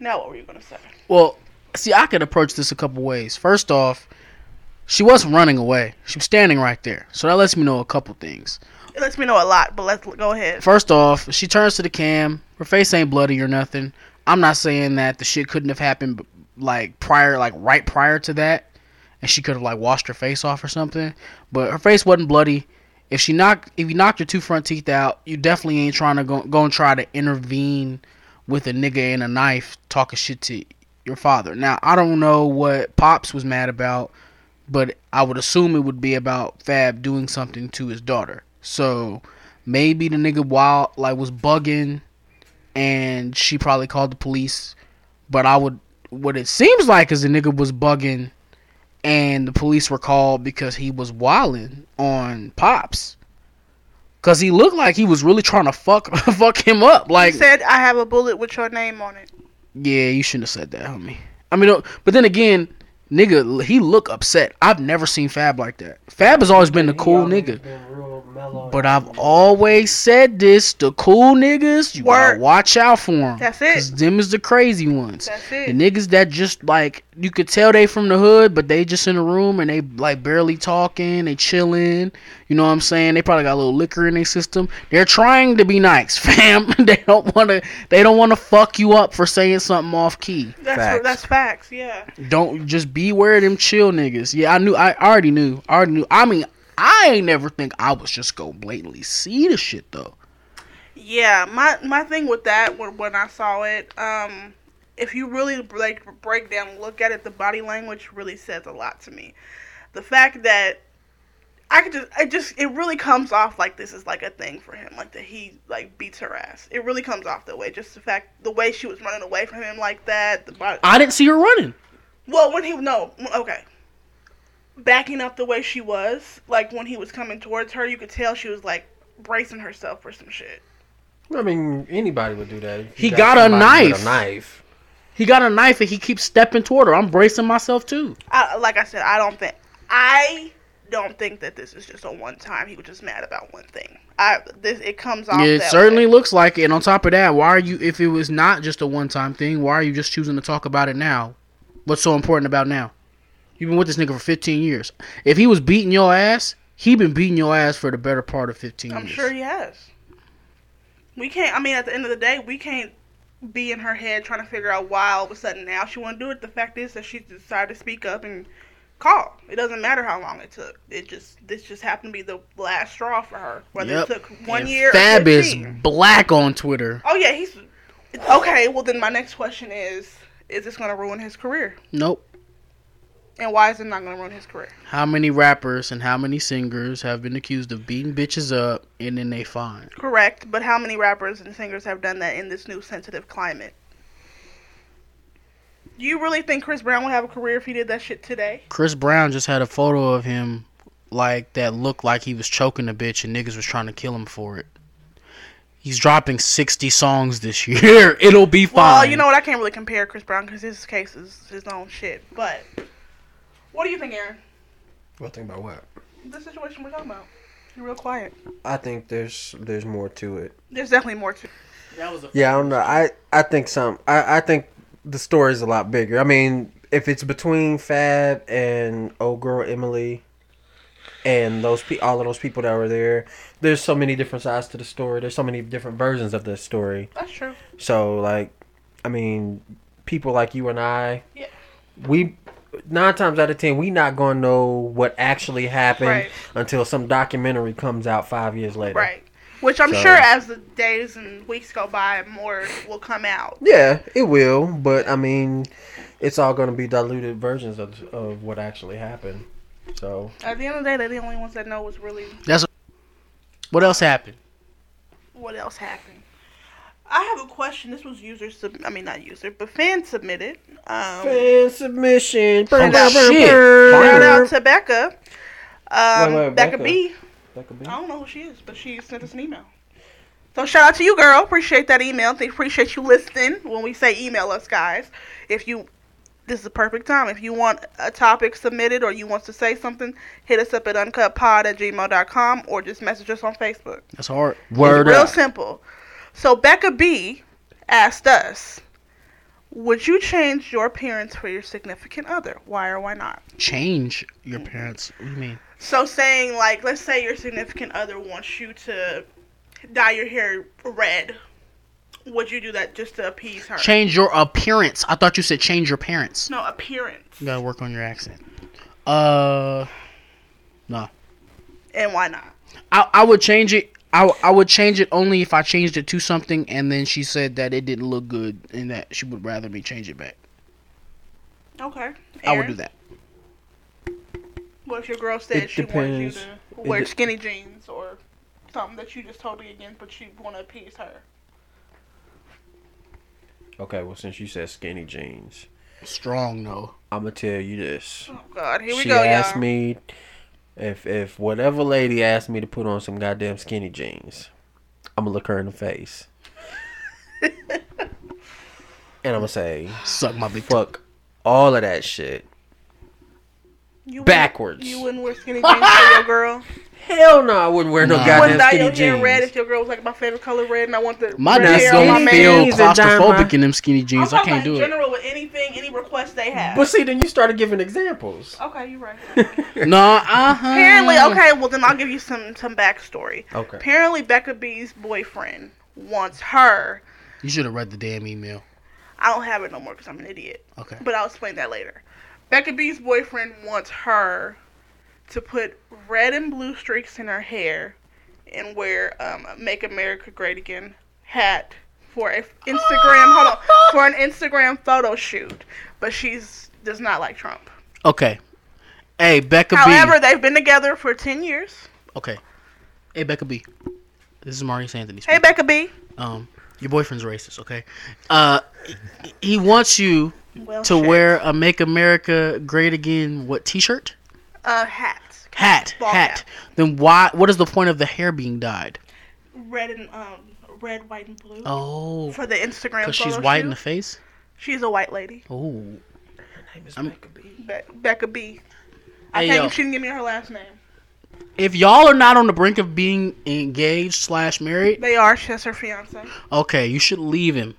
Speaker 1: Now, what were you going to say?
Speaker 3: Well, see, I could approach this a couple ways. First off, she wasn't running away. She was standing right there. So that lets me know a couple things.
Speaker 1: It lets me know a lot, but let's go ahead.
Speaker 3: First off, she turns to the cam. Her face ain't bloody or nothing. I'm not saying that the shit couldn't have happened b- like prior, like right prior to that, and she could have like washed her face off or something. But her face wasn't bloody. If she knocked, if you knocked your two front teeth out, you definitely ain't trying to go go and try to intervene with a nigga and a knife talking shit to your father. Now I don't know what pops was mad about, but I would assume it would be about Fab doing something to his daughter. So maybe the nigga wild like was bugging and she probably called the police but i would what it seems like is the nigga was bugging and the police were called because he was wilding on pops because he looked like he was really trying to fuck fuck him up
Speaker 1: You
Speaker 3: like
Speaker 1: said I have a bullet with your name on it.
Speaker 3: yeah you shouldn't have said that homie i mean uh, but then again nigga he look upset i've never seen fab like that fab has always been the cool nigga But I've always said this: the cool niggas, you
Speaker 1: Word.
Speaker 3: gotta watch out for them.
Speaker 1: That's it.
Speaker 3: them is the crazy ones.
Speaker 1: That's
Speaker 3: The
Speaker 1: it.
Speaker 3: niggas that just like you could tell they from the hood, but they just in the room and they like barely talking, they chilling. You know what I'm saying? They probably got a little liquor in their system. They're trying to be nice, fam. they don't wanna, they don't wanna fuck you up for saying something off key.
Speaker 1: That's
Speaker 2: Facts.
Speaker 1: that's facts. Yeah.
Speaker 3: Don't just beware them chill niggas. Yeah, I knew. I already knew. I already knew. I mean, I ain't never think I was just go blatantly see the shit though.
Speaker 1: Yeah, my my thing with that when, when I saw it, um, if you really break break down, look at it, the body language really says a lot to me. The fact that I could just, it just, it really comes off like this is like a thing for him, like that he like beats her ass. It really comes off that way. Just the fact, the way she was running away from him like that. The body,
Speaker 3: I didn't see her running.
Speaker 1: well, when he no, okay, backing up the way she was, like when he was coming towards her, you could tell she was like bracing herself for some shit.
Speaker 2: I mean, anybody would do that. If
Speaker 3: He
Speaker 2: you
Speaker 3: got a
Speaker 2: somebody with
Speaker 3: knife.
Speaker 2: A knife.
Speaker 3: He got a knife and he keeps stepping toward her. I'm bracing myself too.
Speaker 1: I, like I said, I don't think I don't think that this is just a one time. He was just mad about one thing. I this it comes off.
Speaker 3: it
Speaker 1: that
Speaker 3: certainly
Speaker 1: way.
Speaker 3: looks like it. And on top of that, why are you? If it was not just a one-time thing, why are you just choosing to talk about it now? What's so important about now? You've been with this nigga for 15 years. If he was beating your ass, he been beating your ass for the better part of 15
Speaker 1: I'm
Speaker 3: years.
Speaker 1: sure he has. We can't. I mean, at the end of the day, we can't be in her head trying to figure out why all of a sudden now she want to do it. The fact is that she decided to speak up and call. It doesn't matter how long it took. It just this just happened to be the last straw for her. Whether
Speaker 3: Yep.
Speaker 1: it took one
Speaker 3: And
Speaker 1: year.
Speaker 3: Fab
Speaker 1: or
Speaker 3: is
Speaker 1: 15.
Speaker 3: black on Twitter.
Speaker 1: Oh yeah, he's okay. Well, then my next question is: Is this going to ruin his career?
Speaker 3: Nope.
Speaker 1: And why is it not going to ruin his career?
Speaker 3: How many rappers and how many singers have been accused of beating bitches up and then they fine?
Speaker 1: Correct, but how many rappers and singers have done that in this new sensitive climate? Do you really think Chris Brown would have a career if he did that shit today?
Speaker 3: Chris Brown just had a photo of him like that looked like he was choking a bitch and niggas was trying to kill him for it. He's dropping 60 songs this year. It'll be fine.
Speaker 1: Well, you know what? I can't really compare Chris Brown because his case is his own shit. But what do you think, Aaron?
Speaker 2: Well, think about what?
Speaker 1: The situation we're talking about. You're real quiet.
Speaker 2: I think there's there's more to it.
Speaker 1: There's definitely more to.
Speaker 3: That was a
Speaker 2: Yeah, I don't know. I I think some. I I think the story's a lot bigger. I mean, if it's between Fab and old girl Emily, and those pe- all of those people that were there, there's so many different sides to the story. There's so many different versions of the story.
Speaker 1: That's true.
Speaker 2: So like, I mean, people like you and I,
Speaker 1: Yeah.
Speaker 2: we nine times out of ten we not gonna know what actually happened
Speaker 1: Right.
Speaker 2: until some documentary comes out five years later.
Speaker 1: Right. Which I'm
Speaker 2: So-
Speaker 1: sure as the days and weeks go by, more will come out.
Speaker 2: Yeah, it will, but I mean, it's all gonna be diluted versions of of what actually happened. So
Speaker 1: At the end of the day, they're the only ones that know what's really
Speaker 3: What else happened?
Speaker 1: what else happened. I have a question. This was user sub. I mean, not user, but fan submitted. Um,
Speaker 2: fan submission.
Speaker 3: Oh, shit.
Speaker 1: Shout
Speaker 3: Fire.
Speaker 1: out to Becca. Um,
Speaker 2: Wait,
Speaker 1: Becca,
Speaker 2: wait, Becca.
Speaker 1: B.
Speaker 2: That could be.
Speaker 1: I don't know who she is, but she sent us an email. So shout out to you, girl. Appreciate that email. They appreciate you listening. When we say email us, guys, if you this is the perfect time. If you want a topic submitted or you want to say something, hit us up at uncutpod at gmail.com or just message us on Facebook.
Speaker 3: That's hard.
Speaker 2: Word
Speaker 1: Real
Speaker 2: up.
Speaker 1: simple. So Becca B asked us, Would you change your appearance for your significant other? Why or why not?
Speaker 3: Change your parents. What do you mean?
Speaker 1: So saying like, let's say your significant other wants you to dye your hair red, would you do that just to appease her?
Speaker 3: Change your appearance. I thought you said change your parents.
Speaker 1: no appearance.
Speaker 3: You gotta work on your accent. Uh,
Speaker 1: And why not?
Speaker 3: I, I would change it. I, I would change it only if I changed it to something, and then she said that it didn't look good, and that she would rather me change it back.
Speaker 1: Okay.
Speaker 3: I would
Speaker 1: Aaron,
Speaker 3: do that.
Speaker 1: What if your girl said
Speaker 2: It
Speaker 1: she wants
Speaker 2: depends.
Speaker 1: you to wear
Speaker 2: de-
Speaker 1: skinny jeans or something that you just totally against, but you want to appease her?
Speaker 2: Okay, well since you said skinny jeans,
Speaker 3: Strong no.
Speaker 2: I'm gonna tell you this.
Speaker 1: Oh God, here we
Speaker 2: she
Speaker 1: go,
Speaker 2: asked
Speaker 1: y'all.
Speaker 2: me if if whatever lady asked me to put on some goddamn skinny jeans, I'm gonna look her in the face, and I'm gonna say,
Speaker 3: Suck my big toe.
Speaker 2: "Fuck all of that shit."
Speaker 1: you wouldn't-
Speaker 2: backwards.
Speaker 1: You wouldn't wear skinny jeans for your girl.
Speaker 2: Hell no, I wouldn't wear no,
Speaker 3: Nah.
Speaker 1: You
Speaker 2: goddamn
Speaker 1: wouldn't dye
Speaker 2: skinny
Speaker 1: your hair
Speaker 2: jeans.
Speaker 1: red if your girl was like my favorite color red, and I want the
Speaker 3: My
Speaker 1: red
Speaker 2: That's
Speaker 3: nuts
Speaker 1: hair on my
Speaker 3: don't
Speaker 1: man.
Speaker 2: skinny
Speaker 3: feel
Speaker 2: jeans and dime my-
Speaker 3: claustrophobic in them skinny
Speaker 1: I'm
Speaker 3: jeans. I
Speaker 1: talking about
Speaker 3: can't
Speaker 1: in
Speaker 3: do it.
Speaker 1: general with anything, any request they have.
Speaker 2: But see, then you started giving examples.
Speaker 1: okay, you're right.
Speaker 3: No, uh huh.
Speaker 1: Apparently, okay, well then I'll give you some some backstory.
Speaker 2: Okay.
Speaker 1: Apparently, Becca B's boyfriend wants her.
Speaker 3: You should have read the damn email.
Speaker 1: I don't have it no more because I'm an idiot,
Speaker 3: Okay.
Speaker 1: but I'll explain that later. Becca B's boyfriend wants her to put red and blue streaks in her hair and wear um, a "Make America Great Again" hat for a Instagram. hold on, for an Instagram photo shoot, but she's does not like Trump.
Speaker 3: Okay. Hey, Becca
Speaker 1: However,
Speaker 3: B.
Speaker 1: they've been together for 10 years.
Speaker 3: Okay. Hey, Becca B. This is Marius Anthony.
Speaker 1: Hey,
Speaker 3: speaking.
Speaker 1: Becca B.
Speaker 3: Um, your boyfriend's racist, okay? Uh, he- he wants you
Speaker 1: Well,
Speaker 3: to wear a "Make America Great Again" what T-shirt?
Speaker 1: a hat.
Speaker 3: Hat,
Speaker 1: Ball
Speaker 3: hat. Then why? What is the point of the hair being dyed?
Speaker 1: Red and um, red, white, and blue.
Speaker 3: Oh,
Speaker 1: For the Instagram photo
Speaker 3: because she's white in
Speaker 1: shoot.
Speaker 3: the face.
Speaker 1: She's a white lady.
Speaker 3: Oh, I'm-
Speaker 1: Be- Becca B. I
Speaker 3: Hey,
Speaker 1: can't.
Speaker 3: yo.
Speaker 1: She didn't give me her last name.
Speaker 3: if y'all are not on the brink of being engaged slash married,
Speaker 1: They are. She has her fiance.
Speaker 3: okay, you should leave him.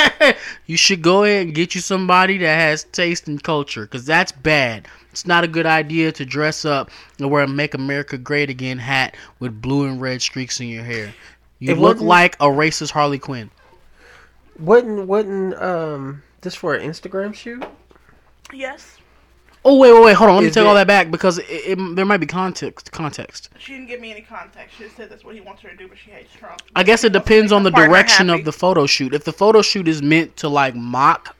Speaker 3: you should go ahead and get you somebody that has taste and culture, because that's bad. It's not a good idea to dress up and wear a "Make America Great Again" hat with blue and red streaks in your hair. You
Speaker 2: It
Speaker 3: look
Speaker 2: wasn't-
Speaker 3: like a racist Harley Quinn.
Speaker 2: Wouldn't wouldn't um this for an Instagram shoot?
Speaker 1: Yes.
Speaker 3: Oh wait, wait, wait! Hold on. Let me
Speaker 2: Is
Speaker 3: take all
Speaker 2: it-
Speaker 3: that back because it, it, there might be context. Context.
Speaker 1: She didn't give me any context. She just said that's what he wants her to do, but she hates Trump.
Speaker 3: I guess
Speaker 1: She
Speaker 3: it
Speaker 1: wants to
Speaker 3: depends
Speaker 1: make
Speaker 3: on
Speaker 1: her
Speaker 3: the
Speaker 1: partner
Speaker 3: direction
Speaker 1: happy.
Speaker 3: of the photo shoot. If the photo shoot is meant to like mock,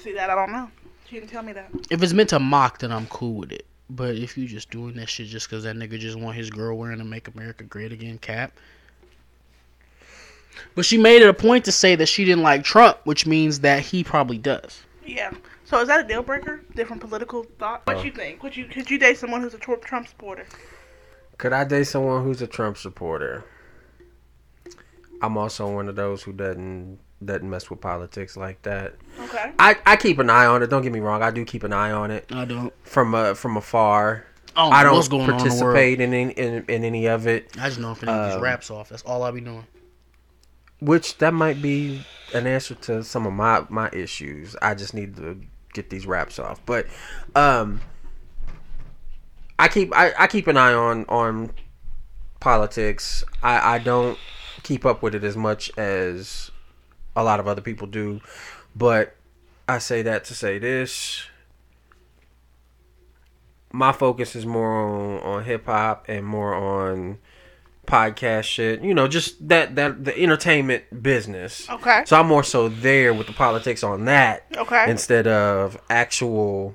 Speaker 1: See that? I don't know. She didn't tell me that.
Speaker 3: if it's meant to mock, then I'm cool with it. But if you just doing that shit just because that nigga just want his girl wearing a "Make America Great Again" cap. But she made it a point to say that she didn't like Trump, which means that he probably does.
Speaker 1: Yeah. Uh. So is that a deal breaker? Different political thought. What you think? Would you could you date someone who's a Trump Trump supporter?
Speaker 2: Could I date someone who's a Trump supporter? I'm also one of those who doesn't doesn't mess with politics like that.
Speaker 1: Okay.
Speaker 2: I, I keep an eye on it. Don't get me wrong. I do keep an eye on it
Speaker 3: I don't.
Speaker 2: from uh, from afar.
Speaker 3: I don't,
Speaker 2: I
Speaker 3: know
Speaker 2: don't
Speaker 3: Oh, what's going on in the world.
Speaker 2: participate in, any in in any of it.
Speaker 3: I just know I'm finna get these
Speaker 2: Um,
Speaker 3: raps off. That's all I be doing.
Speaker 2: Which that might be an answer to some of my my issues. I just need to get these wraps off. But um, I keep I, I keep an eye on on politics. I, I don't keep up with it as much as a lot of other people do, but I say that to say this. My focus is more on, on hip hop and more on podcast shit. You know, just that that the entertainment business.
Speaker 1: Okay.
Speaker 2: So I'm more so there with the politics on that
Speaker 1: Okay.
Speaker 2: instead of actual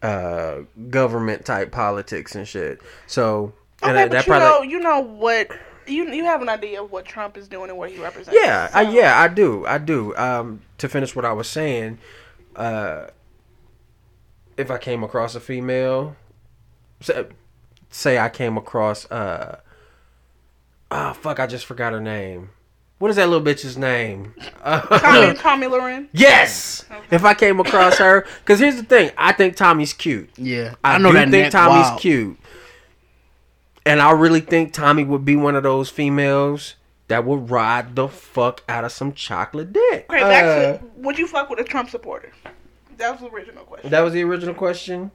Speaker 2: uh government type politics and shit. So
Speaker 1: okay,
Speaker 2: and that-
Speaker 1: but
Speaker 2: that
Speaker 1: you
Speaker 2: probably-
Speaker 1: know, you know what, you you have an idea of what Trump is doing and what he represents.
Speaker 2: Yeah, I,
Speaker 1: So-
Speaker 2: yeah, I do, I do. Um, to finish what I was saying, uh, if I came across a female, say, say I came across, uh, oh fuck, I just forgot her name. What is that little bitch's name?
Speaker 1: Tommy, Tommy Lauren.
Speaker 2: yes, if I came across her, because here's the thing, I think Tommy's cute.
Speaker 3: Yeah,
Speaker 2: I, know do that think
Speaker 3: net-
Speaker 2: Tommy's
Speaker 3: wow.
Speaker 2: cute, and I really think Tommy would be one of those females that would ride the fuck out of some chocolate dick.
Speaker 1: Okay, back to
Speaker 3: Uh,
Speaker 1: would you fuck with a Trump supporter? That was the original
Speaker 2: Uh,
Speaker 1: question.
Speaker 2: that was the original question.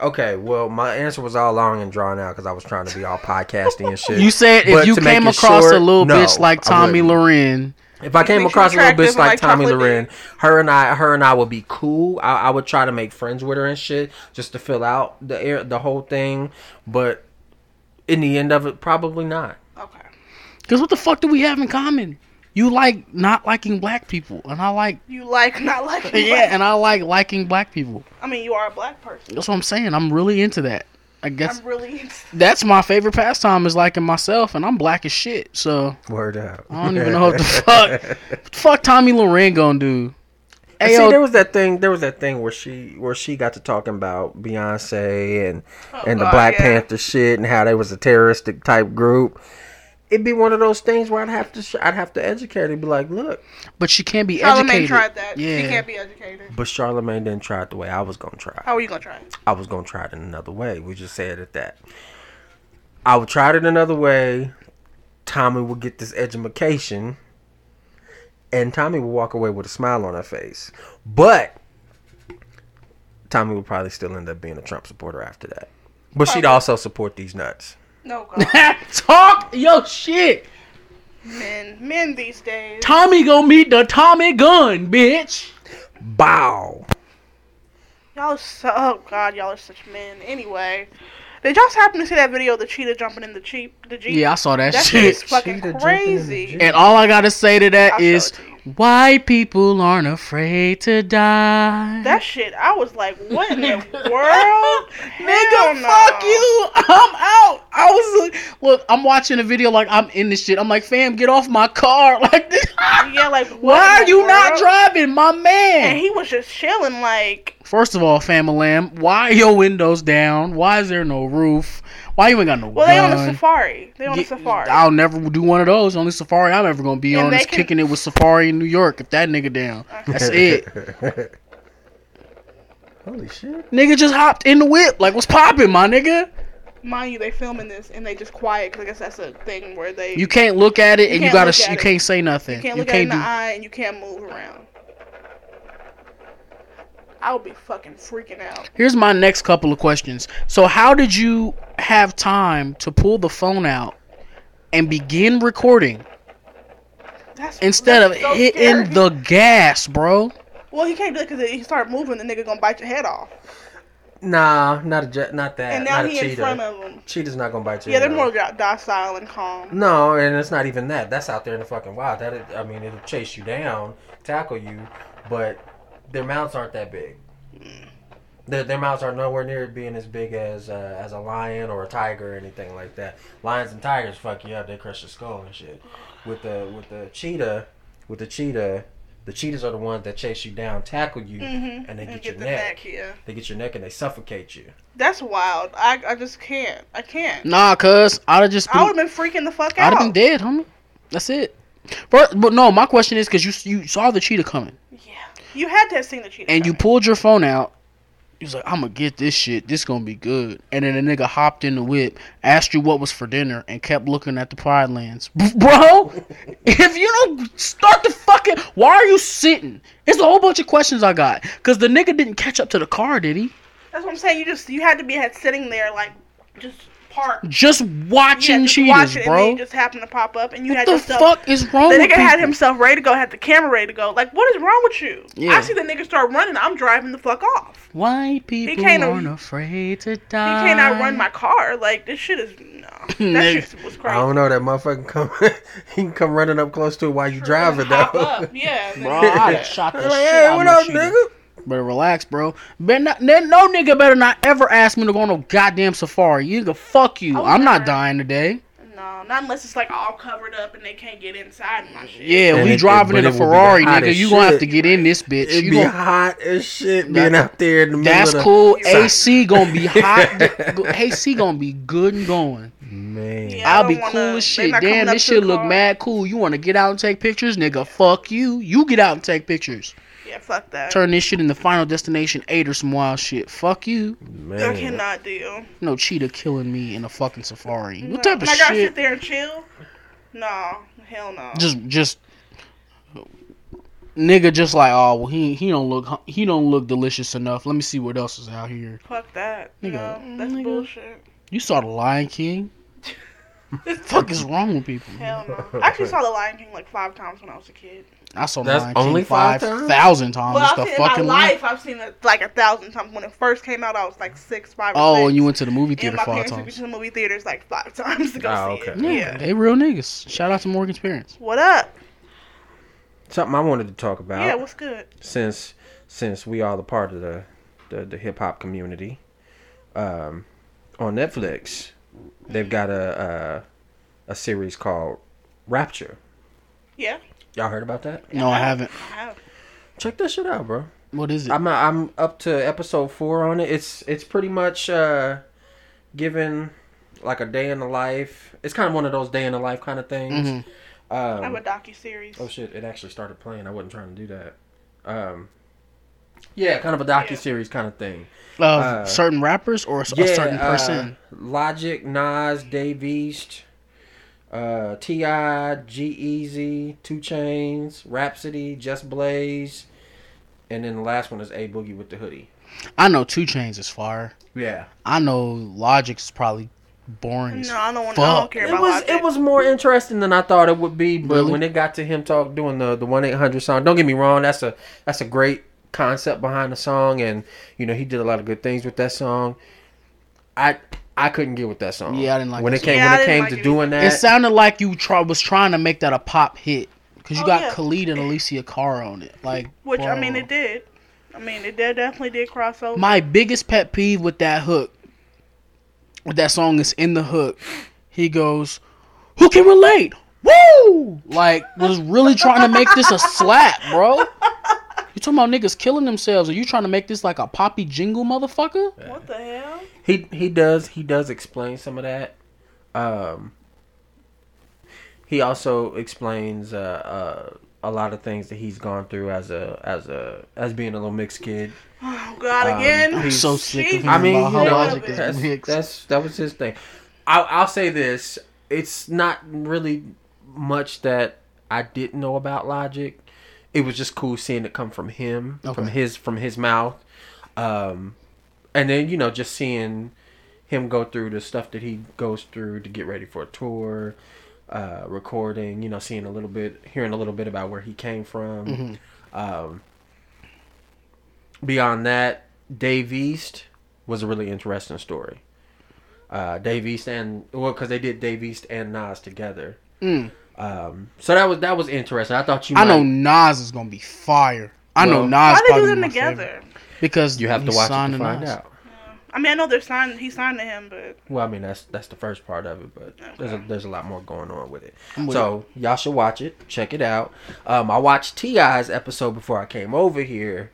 Speaker 2: Okay, well, my answer was all long and drawn out because I was trying to be all podcasting and shit.
Speaker 3: You said if
Speaker 2: But
Speaker 3: you
Speaker 2: to make
Speaker 3: came
Speaker 2: it
Speaker 3: across
Speaker 2: short,
Speaker 3: a little
Speaker 2: no,
Speaker 3: bitch like
Speaker 2: I
Speaker 3: Tommy
Speaker 2: wouldn't.
Speaker 3: Loren,
Speaker 2: If I came
Speaker 1: Think she's
Speaker 2: across a little
Speaker 1: attractive
Speaker 2: bitch like,
Speaker 1: like
Speaker 2: Tommy
Speaker 1: chocolate
Speaker 2: Loren, her and I, her and I would be cool. I, I would try to make friends with her and shit, just to fill out the air, the whole thing. But in the end of it, probably not.
Speaker 1: Okay.
Speaker 3: because what the fuck do we have in common? You like not liking black people, and I like
Speaker 1: You like not liking black.
Speaker 3: yeah, and I like liking black people.
Speaker 1: I mean, you are a black person.
Speaker 3: That's what I'm saying. I'm really into that. I guess
Speaker 1: I'm really.
Speaker 3: that's my favorite pastime is liking myself, and I'm black as shit. So
Speaker 2: Word up.
Speaker 3: I don't even know what the fuck, what the fuck Tommy Loren gonna do.
Speaker 2: And See,
Speaker 3: Ayo,
Speaker 2: there was that thing. There was that thing where she where she got to talking about Beyonce and
Speaker 3: Oh,
Speaker 2: and the
Speaker 1: God,
Speaker 2: Black
Speaker 1: yeah.
Speaker 2: Panther shit and how they was a terroristic type group. It'd be one of those things where I'd have to sh- I'd have to educate her. Be like, look,
Speaker 3: but she can't be
Speaker 1: Charlamagne
Speaker 3: educated.
Speaker 1: tried that. She
Speaker 3: Yeah.
Speaker 1: can't be educated.
Speaker 2: but Charlemagne didn't try it the way I was gonna try.
Speaker 1: How are you gonna try it?
Speaker 2: I was gonna try it in another way. We just said it that. I would try it another way. Tommy would get this edumacation, and Tommy would walk away with a smile on her face. But Tommy would probably still end up being a Trump supporter after that. But she'd also support these nuts.
Speaker 1: No, God.
Speaker 3: Talk yo shit.
Speaker 1: men, men these days.
Speaker 3: Tommy gonna meet the Tommy gun, bitch.
Speaker 2: Bow.
Speaker 1: Y'all are so. Oh God, y'all are such men. Anyway, did y'all happen to see that video of the cheetah jumping in the cheap the jeep?
Speaker 3: Yeah, I saw that
Speaker 1: that shit
Speaker 3: shit.
Speaker 1: is fucking
Speaker 2: Cheetah jumping in the
Speaker 1: crazy.
Speaker 2: Jeep.
Speaker 3: And all I gotta say to that
Speaker 1: I'll show
Speaker 3: is
Speaker 1: it to
Speaker 3: white people aren't afraid to die.
Speaker 1: That shit, I was like, what in the world? Hell
Speaker 3: Nigga,
Speaker 1: no.
Speaker 3: fuck you. I'm out. I was look. I'm watching a video like I'm in this shit. I'm like, fam, get off my car. Like,
Speaker 1: Yeah, like what
Speaker 3: why
Speaker 1: in
Speaker 3: are
Speaker 1: the
Speaker 3: you not
Speaker 1: world?
Speaker 3: driving, my
Speaker 1: And
Speaker 3: man?
Speaker 1: he was just chilling, like
Speaker 3: First of all, fam, lamb, why are your windows down? Why is there no roof? Why you ain't got no
Speaker 1: well, they on
Speaker 3: gun?
Speaker 1: a safari. They on a
Speaker 3: Get-
Speaker 1: safari.
Speaker 3: I'll never do one of those. Only safari I'm ever gonna be
Speaker 1: And
Speaker 3: on
Speaker 1: they
Speaker 3: is
Speaker 1: can-
Speaker 3: kicking it with Safari in New York. If that nigga down, that's it.
Speaker 2: Holy shit.
Speaker 3: Nigga just hopped in the whip. Like, what's poppin', my nigga?
Speaker 1: Mind you, they filming this and they just quiet because I guess that's a thing where they
Speaker 3: You can't look at it, and you
Speaker 1: can't
Speaker 3: gotta.
Speaker 1: look
Speaker 3: Sh-
Speaker 1: at
Speaker 3: you
Speaker 1: it.
Speaker 3: can't say nothing.
Speaker 1: can't look at it in the eye and you can't move around. I would be fucking freaking out.
Speaker 3: Here's my next couple of questions. So, how did you have time to pull the phone out and begin recording
Speaker 1: That's
Speaker 3: instead of
Speaker 1: that's so
Speaker 3: hitting
Speaker 1: scary.
Speaker 3: the gas, bro?
Speaker 1: Well, he can't do it because he start moving, the nigga gonna bite your head off.
Speaker 2: Nah, not a jet, not that.
Speaker 1: and now
Speaker 2: not a
Speaker 1: he in
Speaker 2: cheetah.
Speaker 1: front of him.
Speaker 2: Cheetah's not gonna bite you.
Speaker 1: Yeah, they're
Speaker 2: no.
Speaker 1: more do- docile and calm.
Speaker 2: No, and it's not even that. That's out there in the fucking wild. That is, I mean, it'll chase you down, tackle you, but their mouths aren't that big. Their, their mouths are nowhere near being as big as uh, as a lion or a tiger or anything like that. Lions and tigers fuck you up. They crush your skull and shit. With the with the cheetah, with the cheetah, the cheetahs are the ones that chase you down, tackle you,
Speaker 1: Mhm,
Speaker 2: and they
Speaker 1: and
Speaker 2: get,
Speaker 1: get
Speaker 2: your
Speaker 1: the
Speaker 2: neck.
Speaker 1: neck, yeah.
Speaker 2: They get your neck and they suffocate you.
Speaker 1: That's wild. I, I just can't. I can't.
Speaker 3: Nah, cuz I'd have just been,
Speaker 1: I would
Speaker 3: I'd
Speaker 1: have been freaking the fuck out.
Speaker 3: have been dead, homie. That's it. But, but no, my question is because you you saw the cheetah coming
Speaker 1: Yeah. You had to have seen the cheetah.
Speaker 3: and you
Speaker 1: coming.
Speaker 3: pulled your phone out He was like, I'm gonna get this shit. This gonna be good. And then the nigga hopped in the whip, asked you what was for dinner, and kept looking at the Pride Lands. Bro, if you don't start the fucking, why are you sitting? It's a whole bunch of questions I got. Cause the nigga didn't catch up to the car, did he?
Speaker 1: That's what I'm saying. You just you had to be had sitting there like just parked.
Speaker 3: Just
Speaker 1: Yeah,
Speaker 3: watching
Speaker 1: just
Speaker 3: cheaters,
Speaker 1: watch it,
Speaker 3: bro.
Speaker 1: And then you just happened to pop up, and you
Speaker 3: what
Speaker 1: had
Speaker 3: the
Speaker 1: yourself.
Speaker 3: fuck is wrong
Speaker 1: The
Speaker 3: with
Speaker 1: nigga had
Speaker 3: people?
Speaker 1: himself ready to go, had the camera ready to go. Like, what is wrong with you?
Speaker 3: Yeah.
Speaker 1: I see the nigga start running. I'm driving the fuck off.
Speaker 3: White people
Speaker 1: can't-
Speaker 3: aren't afraid to
Speaker 1: He
Speaker 3: die.
Speaker 1: cannot run my car. Like, this shit is no. That
Speaker 3: Nigga.
Speaker 1: shit was
Speaker 2: I
Speaker 1: crazy.
Speaker 2: don't know that motherfucker come. he can come running up close to it while you driving though.
Speaker 1: Hop up, yeah. and then-
Speaker 3: Bro, I'd have shot the
Speaker 2: like,
Speaker 3: shit
Speaker 2: hey,
Speaker 3: out
Speaker 2: what
Speaker 3: of
Speaker 2: up,
Speaker 3: a cheater.
Speaker 2: nigga?
Speaker 3: Better relax, bro. Better not, then no nigga better not ever ask me to go on a goddamn safari. You nigga, fuck you.
Speaker 1: I would
Speaker 3: I'm not
Speaker 1: never.
Speaker 3: dying today.
Speaker 1: No, not unless it's like all covered up and they can't get inside my shit.
Speaker 3: Yeah,
Speaker 2: And
Speaker 3: we
Speaker 2: it-
Speaker 3: driving
Speaker 2: but
Speaker 3: in a
Speaker 2: it would be the
Speaker 3: Ferrari, nigga.
Speaker 2: hottest
Speaker 3: You gonna have
Speaker 2: shit.
Speaker 3: to get in this bitch.
Speaker 2: It'd
Speaker 3: You
Speaker 2: be
Speaker 3: gonna-
Speaker 2: hot as shit
Speaker 3: That-
Speaker 2: being out there in the middle.
Speaker 3: that's
Speaker 2: of the-
Speaker 3: cool.
Speaker 1: Yeah.
Speaker 3: AC gonna be hot. AC gonna be good and going.
Speaker 2: Man,
Speaker 1: Yeah. I
Speaker 3: I'll be
Speaker 1: don't wanna-
Speaker 3: cool as
Speaker 1: they
Speaker 3: shit.
Speaker 1: not
Speaker 3: Damn,
Speaker 1: coming up
Speaker 3: this
Speaker 1: to
Speaker 3: shit
Speaker 1: the
Speaker 3: look
Speaker 1: car.
Speaker 3: mad cool. You wanna get out and take pictures, nigga? Fuck you. You get out and take pictures.
Speaker 1: Yeah, fuck that.
Speaker 3: Turn this shit into Final Destination Eight or some wild shit. Fuck you.
Speaker 1: I
Speaker 2: man.
Speaker 1: cannot deal.
Speaker 3: No cheetah killing me in a fucking safari.
Speaker 1: No.
Speaker 3: What type of
Speaker 1: And I gotta
Speaker 3: shit?
Speaker 1: sit there and chill? No, hell no.
Speaker 3: just just nigga just like oh well he he don't look hu- he don't look delicious enough let me see what else is out here
Speaker 1: fuck that.
Speaker 3: Nigga.
Speaker 1: No, that's
Speaker 3: Nigga.
Speaker 1: bullshit.
Speaker 3: you saw the lion king fuck is wrong with people
Speaker 1: Hell no. I actually saw The Lion King like five times when I was a kid.
Speaker 3: i saw the
Speaker 2: That's
Speaker 3: lion
Speaker 2: only
Speaker 3: king
Speaker 2: five
Speaker 3: five
Speaker 2: times?
Speaker 3: thousand times
Speaker 1: Well,
Speaker 3: it's
Speaker 1: I've
Speaker 3: the
Speaker 1: seen it in
Speaker 3: fucking
Speaker 1: my
Speaker 3: lion
Speaker 1: life. I've seen it like a thousand times. When it first came out, I was like six, five. Or
Speaker 3: oh
Speaker 1: six.
Speaker 3: and you went to the movie
Speaker 1: And
Speaker 3: theater
Speaker 1: my
Speaker 3: five
Speaker 1: parents took me
Speaker 3: times
Speaker 1: to the movie theaters like five times to go
Speaker 2: Oh,
Speaker 1: see
Speaker 2: okay.
Speaker 1: it.
Speaker 3: yeah,
Speaker 1: Yeah.
Speaker 3: they real niggas shout out to morgan's parents
Speaker 1: What up?
Speaker 2: Something I wanted to talk about.
Speaker 1: Yeah, what's good?
Speaker 2: since since we all a part of the the, the hip hop community, um, on Netflix, they've got a, a a series called Rapture.
Speaker 1: Yeah.
Speaker 2: Y'all heard about that?
Speaker 3: no i haven't
Speaker 1: How-
Speaker 2: Check that shit out, bro.
Speaker 3: what is it
Speaker 2: I'm I'm up to episode four on it. It's it's pretty much uh, given like a day in the life. It's kind of one of those day in the life kind of things.
Speaker 3: Mhm.
Speaker 2: Um,
Speaker 1: I'm a docu series.
Speaker 2: Oh shit! It actually started playing. I wasn't trying to do that. Um, yeah, kind of a docu series kind of thing.
Speaker 3: uh,
Speaker 2: uh,
Speaker 3: certain rappers or a, a certain
Speaker 2: uh,
Speaker 3: person
Speaker 2: Logic, Nas, Dave East, uh, T.I., G Easy, Two Chains, Rhapsody, Just Blaze, and then the last one is A Boogie with the hoodie.
Speaker 3: i know two chains is fire
Speaker 2: Yeah,
Speaker 3: i know logic's probably boring as
Speaker 1: No, I don't want. I
Speaker 3: fuck
Speaker 1: don't care
Speaker 2: it
Speaker 1: about
Speaker 2: was
Speaker 1: Logic.
Speaker 2: it was more interesting than I thought it would be. But
Speaker 3: Really?
Speaker 2: when it got to him talk doing the the one eight hundred song, don't get me wrong, that's a that's a great concept behind the song, and you know he did a lot of good things with that song. I I couldn't get with that song.
Speaker 3: Yeah, I didn't like
Speaker 2: when
Speaker 3: that
Speaker 2: it came
Speaker 1: song. Yeah, I
Speaker 2: when it
Speaker 1: didn't
Speaker 2: came
Speaker 1: like
Speaker 2: to
Speaker 1: it
Speaker 2: doing that.
Speaker 3: It sounded like you try, was trying to make that a pop hit because you
Speaker 1: Oh,
Speaker 3: got
Speaker 1: yeah.
Speaker 3: Khalid and Alicia Cara on it. Like,
Speaker 1: Which I
Speaker 3: bro.
Speaker 1: mean, it did. I mean, it did, definitely did cross over.
Speaker 3: My biggest pet peeve with that hook, with that song is in the hook. He goes, "Who can relate?" Woo! Like, was really trying to make this a slap, bro. You talking about niggas killing themselves? Are you trying to make this like a poppy jingle, motherfucker?
Speaker 1: what the hell?
Speaker 2: he he does he does explain some of that. Um, he also explains uh, uh, a lot of things that he's gone through as a as a as being a little mixed kid.
Speaker 1: Oh God,
Speaker 2: Um,
Speaker 1: again.
Speaker 2: I'm
Speaker 3: I'm so sick of
Speaker 1: Jesus.
Speaker 3: him.
Speaker 2: I mean,
Speaker 3: about
Speaker 2: you
Speaker 3: how
Speaker 2: know,
Speaker 3: logic is
Speaker 2: that's,
Speaker 3: mixed.
Speaker 2: that's that was his thing. I'll, I'll say this: it's not really much that I didn't know about Logic. It was just cool seeing it come from him, from
Speaker 3: Okay.
Speaker 2: his from his mouth, um, and then you know just seeing him go through the stuff that he goes through to get ready for a tour, uh, recording. You know, seeing a little bit, hearing a little bit about where he came from. Um, beyond that, Dave East was a really interesting story. Uh, Dave East and well, because they did Dave East and Nas together.
Speaker 3: Mm.
Speaker 2: Um, so that was that was interesting. I thought you.
Speaker 3: I
Speaker 2: might,
Speaker 3: know Nas is gonna be fire. I know
Speaker 2: Well-
Speaker 3: Nas.
Speaker 1: Why they do
Speaker 3: probably
Speaker 1: them
Speaker 3: my
Speaker 1: together?
Speaker 3: favorite. Because
Speaker 2: you have to
Speaker 3: he
Speaker 2: watch it
Speaker 3: signed
Speaker 2: to
Speaker 3: to
Speaker 2: find
Speaker 3: Nas.
Speaker 2: out.
Speaker 1: I mean, I know they're signed. He signed to him, but
Speaker 2: Well, I mean that's that's the first part of it, but there's a, there's a lot more going on with it.
Speaker 3: I'm with
Speaker 2: so y'all should watch it, check it out. Um, I watched Ti's episode before I came over here,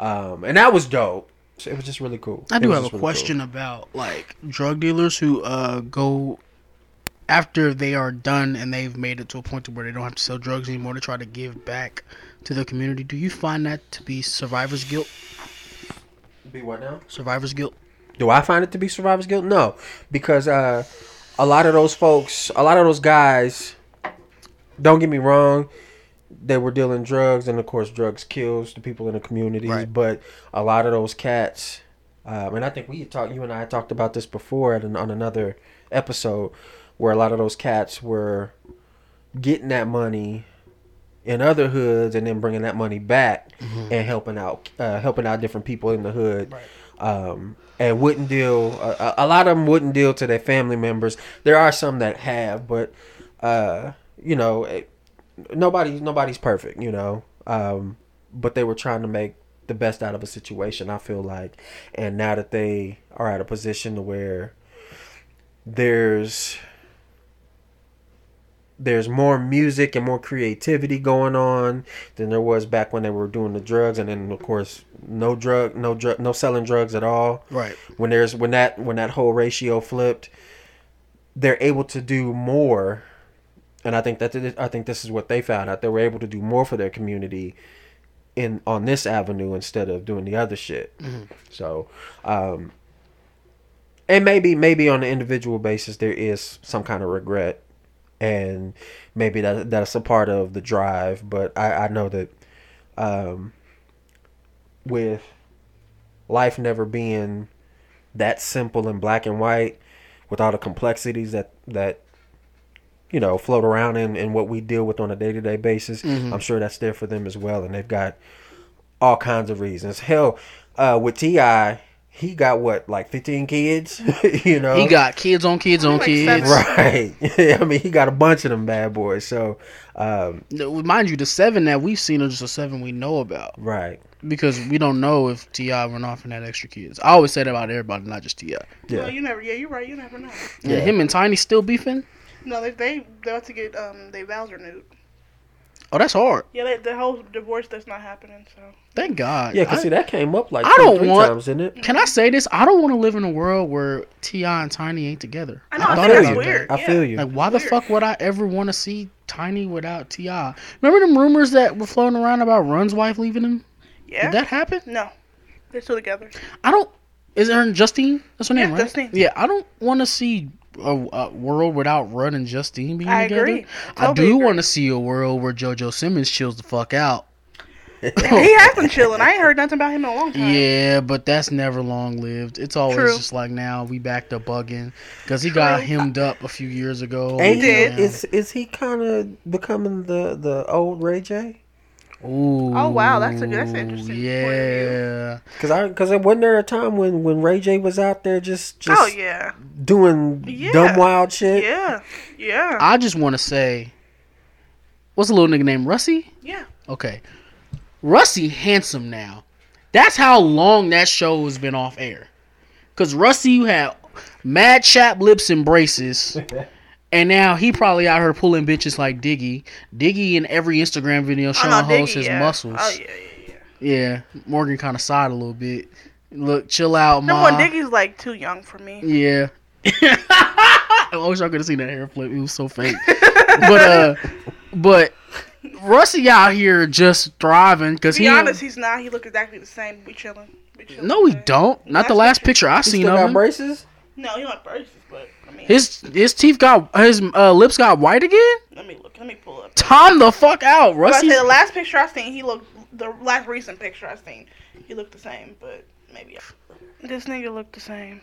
Speaker 2: um, and that was dope. So it was just really cool.
Speaker 3: I
Speaker 2: It
Speaker 3: do
Speaker 2: was
Speaker 3: have a
Speaker 2: just really cool.
Speaker 3: question about like drug dealers who uh go after they are done and they've made it to a point to where they don't have to sell drugs anymore to try to give back to the community. Do you find that to be survivor's guilt?
Speaker 2: Be what now?
Speaker 3: Survivor's guilt.
Speaker 2: Do I find it to be survivor's guilt? No, because uh, a lot of those folks, a lot of those guys, don't get me wrong, they were dealing drugs, and of course, drugs kills the people in the communities.
Speaker 3: Right.
Speaker 2: But a lot of those cats, um, and I think we had talked, you and I had talked about this before at an, on another episode, where a lot of those cats were getting that money in other hoods and then bringing that money back and helping out uh, helping out different people in the hood um, and wouldn't deal a, a lot of them wouldn't deal to their family members there are some that have but uh, you know it, nobody nobody's perfect you know um, but they were trying to make the best out of a situation i feel like and now that they are at a position to where there's there's more music and more creativity going on than there was back when they were doing the drugs and then of course no drug no drug no selling drugs at all
Speaker 3: Right.
Speaker 2: when there's when that when that whole ratio flipped they're able to do more and i think that i think this is what they found out they were able to do more for their community in on this avenue instead of doing the other shit so um and maybe maybe on an individual basis there is some kind of regret and maybe that that's a part of the drive but i i know that um with life never being that simple and black and white with all the complexities that that you know float around in and what we deal with on a day-to-day basis
Speaker 3: Mm-hmm.
Speaker 2: i'm sure that's there for them as well and they've got all kinds of reasons hell uh with ti he got what like 15 kids you know
Speaker 3: He got kids on kids on
Speaker 1: Like
Speaker 3: kids.
Speaker 1: seven.
Speaker 2: right i mean he got a bunch of them bad boys so um
Speaker 3: No, Mind you, the seven that we've seen are just the seven we know about
Speaker 2: right
Speaker 3: because we don't know if Ti went off and had extra kids. I always say that about everybody, not just Ti.
Speaker 1: Yeah.
Speaker 2: yeah
Speaker 1: you never. Yeah, you're right. You never know.
Speaker 3: Yeah.
Speaker 2: Yeah.
Speaker 3: Him and Tiny still beefing.
Speaker 1: No, they they they about to get um they vows renewed.
Speaker 3: Oh, that's hard.
Speaker 1: Yeah, they, the whole divorce that's not happening. So
Speaker 3: Thank God.
Speaker 2: yeah because
Speaker 3: I-
Speaker 2: see that came up like
Speaker 3: I
Speaker 2: two,
Speaker 3: don't
Speaker 2: three
Speaker 3: want-
Speaker 2: times didn't it
Speaker 3: Can I say this? I don't want to live in a world where Ti and Tiny ain't together.
Speaker 1: I know, I
Speaker 3: thought
Speaker 1: think that's
Speaker 3: about that.
Speaker 1: weird.
Speaker 2: i
Speaker 1: yeah.
Speaker 2: feel you
Speaker 3: Like, why the
Speaker 1: Weird.
Speaker 3: fuck would I ever want to see Tiny without Ti? Remember them rumors that were floating around about Run's wife leaving him?
Speaker 1: yeah.
Speaker 3: Did that happen?
Speaker 1: no, they're still together.
Speaker 3: I don't. Is her Justine? That's her name,
Speaker 1: Yeah,
Speaker 3: right?
Speaker 1: Justine.
Speaker 3: Yeah, I don't want to see a, a world without Run and Justine being
Speaker 1: I
Speaker 3: together.
Speaker 1: agree.
Speaker 3: I
Speaker 1: Totally
Speaker 3: do
Speaker 1: agree.
Speaker 3: want to see a world where JoJo Simmons chills the fuck out.
Speaker 1: he has been chilling. I ain't heard nothing about him in a long time.
Speaker 3: Yeah, but that's never long lived. It's always
Speaker 1: True.
Speaker 3: just like now we back to bugging because he got
Speaker 1: True.
Speaker 3: hemmed up a few years ago.
Speaker 2: Ain't he,
Speaker 1: did.
Speaker 3: Yeah.
Speaker 2: is is he kind of becoming the the old Ray J?
Speaker 3: Ooh,
Speaker 1: Oh, wow, that's a good- that's an interesting point of view.
Speaker 3: Yeah,
Speaker 2: Cause I cause it wasn't there a time when when Ray J was out there just just
Speaker 1: oh yeah.
Speaker 2: doing
Speaker 1: Yeah.
Speaker 2: dumb wild shit.
Speaker 1: Yeah. Yeah.
Speaker 3: I just want to say, what's a little nigga named Russie?
Speaker 1: yeah.
Speaker 3: Okay, Russie handsome now. That's how long that show has been off air. Cause Russie, you had mad chap lips and braces. And now he probably out here pulling bitches like Diggy. Diggy in every Instagram video
Speaker 1: Oh,
Speaker 3: showing
Speaker 1: no,
Speaker 3: hoes
Speaker 1: Diggy,
Speaker 3: his
Speaker 1: yeah.
Speaker 3: muscles.
Speaker 1: Oh yeah, yeah, yeah.
Speaker 3: Yeah, Morgan kind of sighed a little bit. Look, chill out,
Speaker 1: Number
Speaker 3: ma.
Speaker 1: one, Diggy's like too young for me.
Speaker 3: yeah. I wish I could have seen that hair flip. It was so fake. but uh, but Russie out here just thriving because
Speaker 1: To be
Speaker 3: he.
Speaker 1: honest, he's not. He look exactly the same. We chilling. We chilling
Speaker 3: no, he
Speaker 1: okay?
Speaker 3: don't. Not the
Speaker 1: That's
Speaker 3: last
Speaker 1: what-
Speaker 3: picture I
Speaker 2: He
Speaker 3: seen
Speaker 2: still
Speaker 3: of
Speaker 2: got
Speaker 3: him.
Speaker 2: braces.
Speaker 1: No, he not braces, but I mean,
Speaker 3: his his teeth got his uh, lips got white again.
Speaker 1: let me look. Let me pull up.
Speaker 3: Time the fuck out,
Speaker 1: But I
Speaker 3: Russie.
Speaker 1: said the last picture I seen, he looked. The last recent picture I seen, he looked the same, but maybe. This nigga looked the same.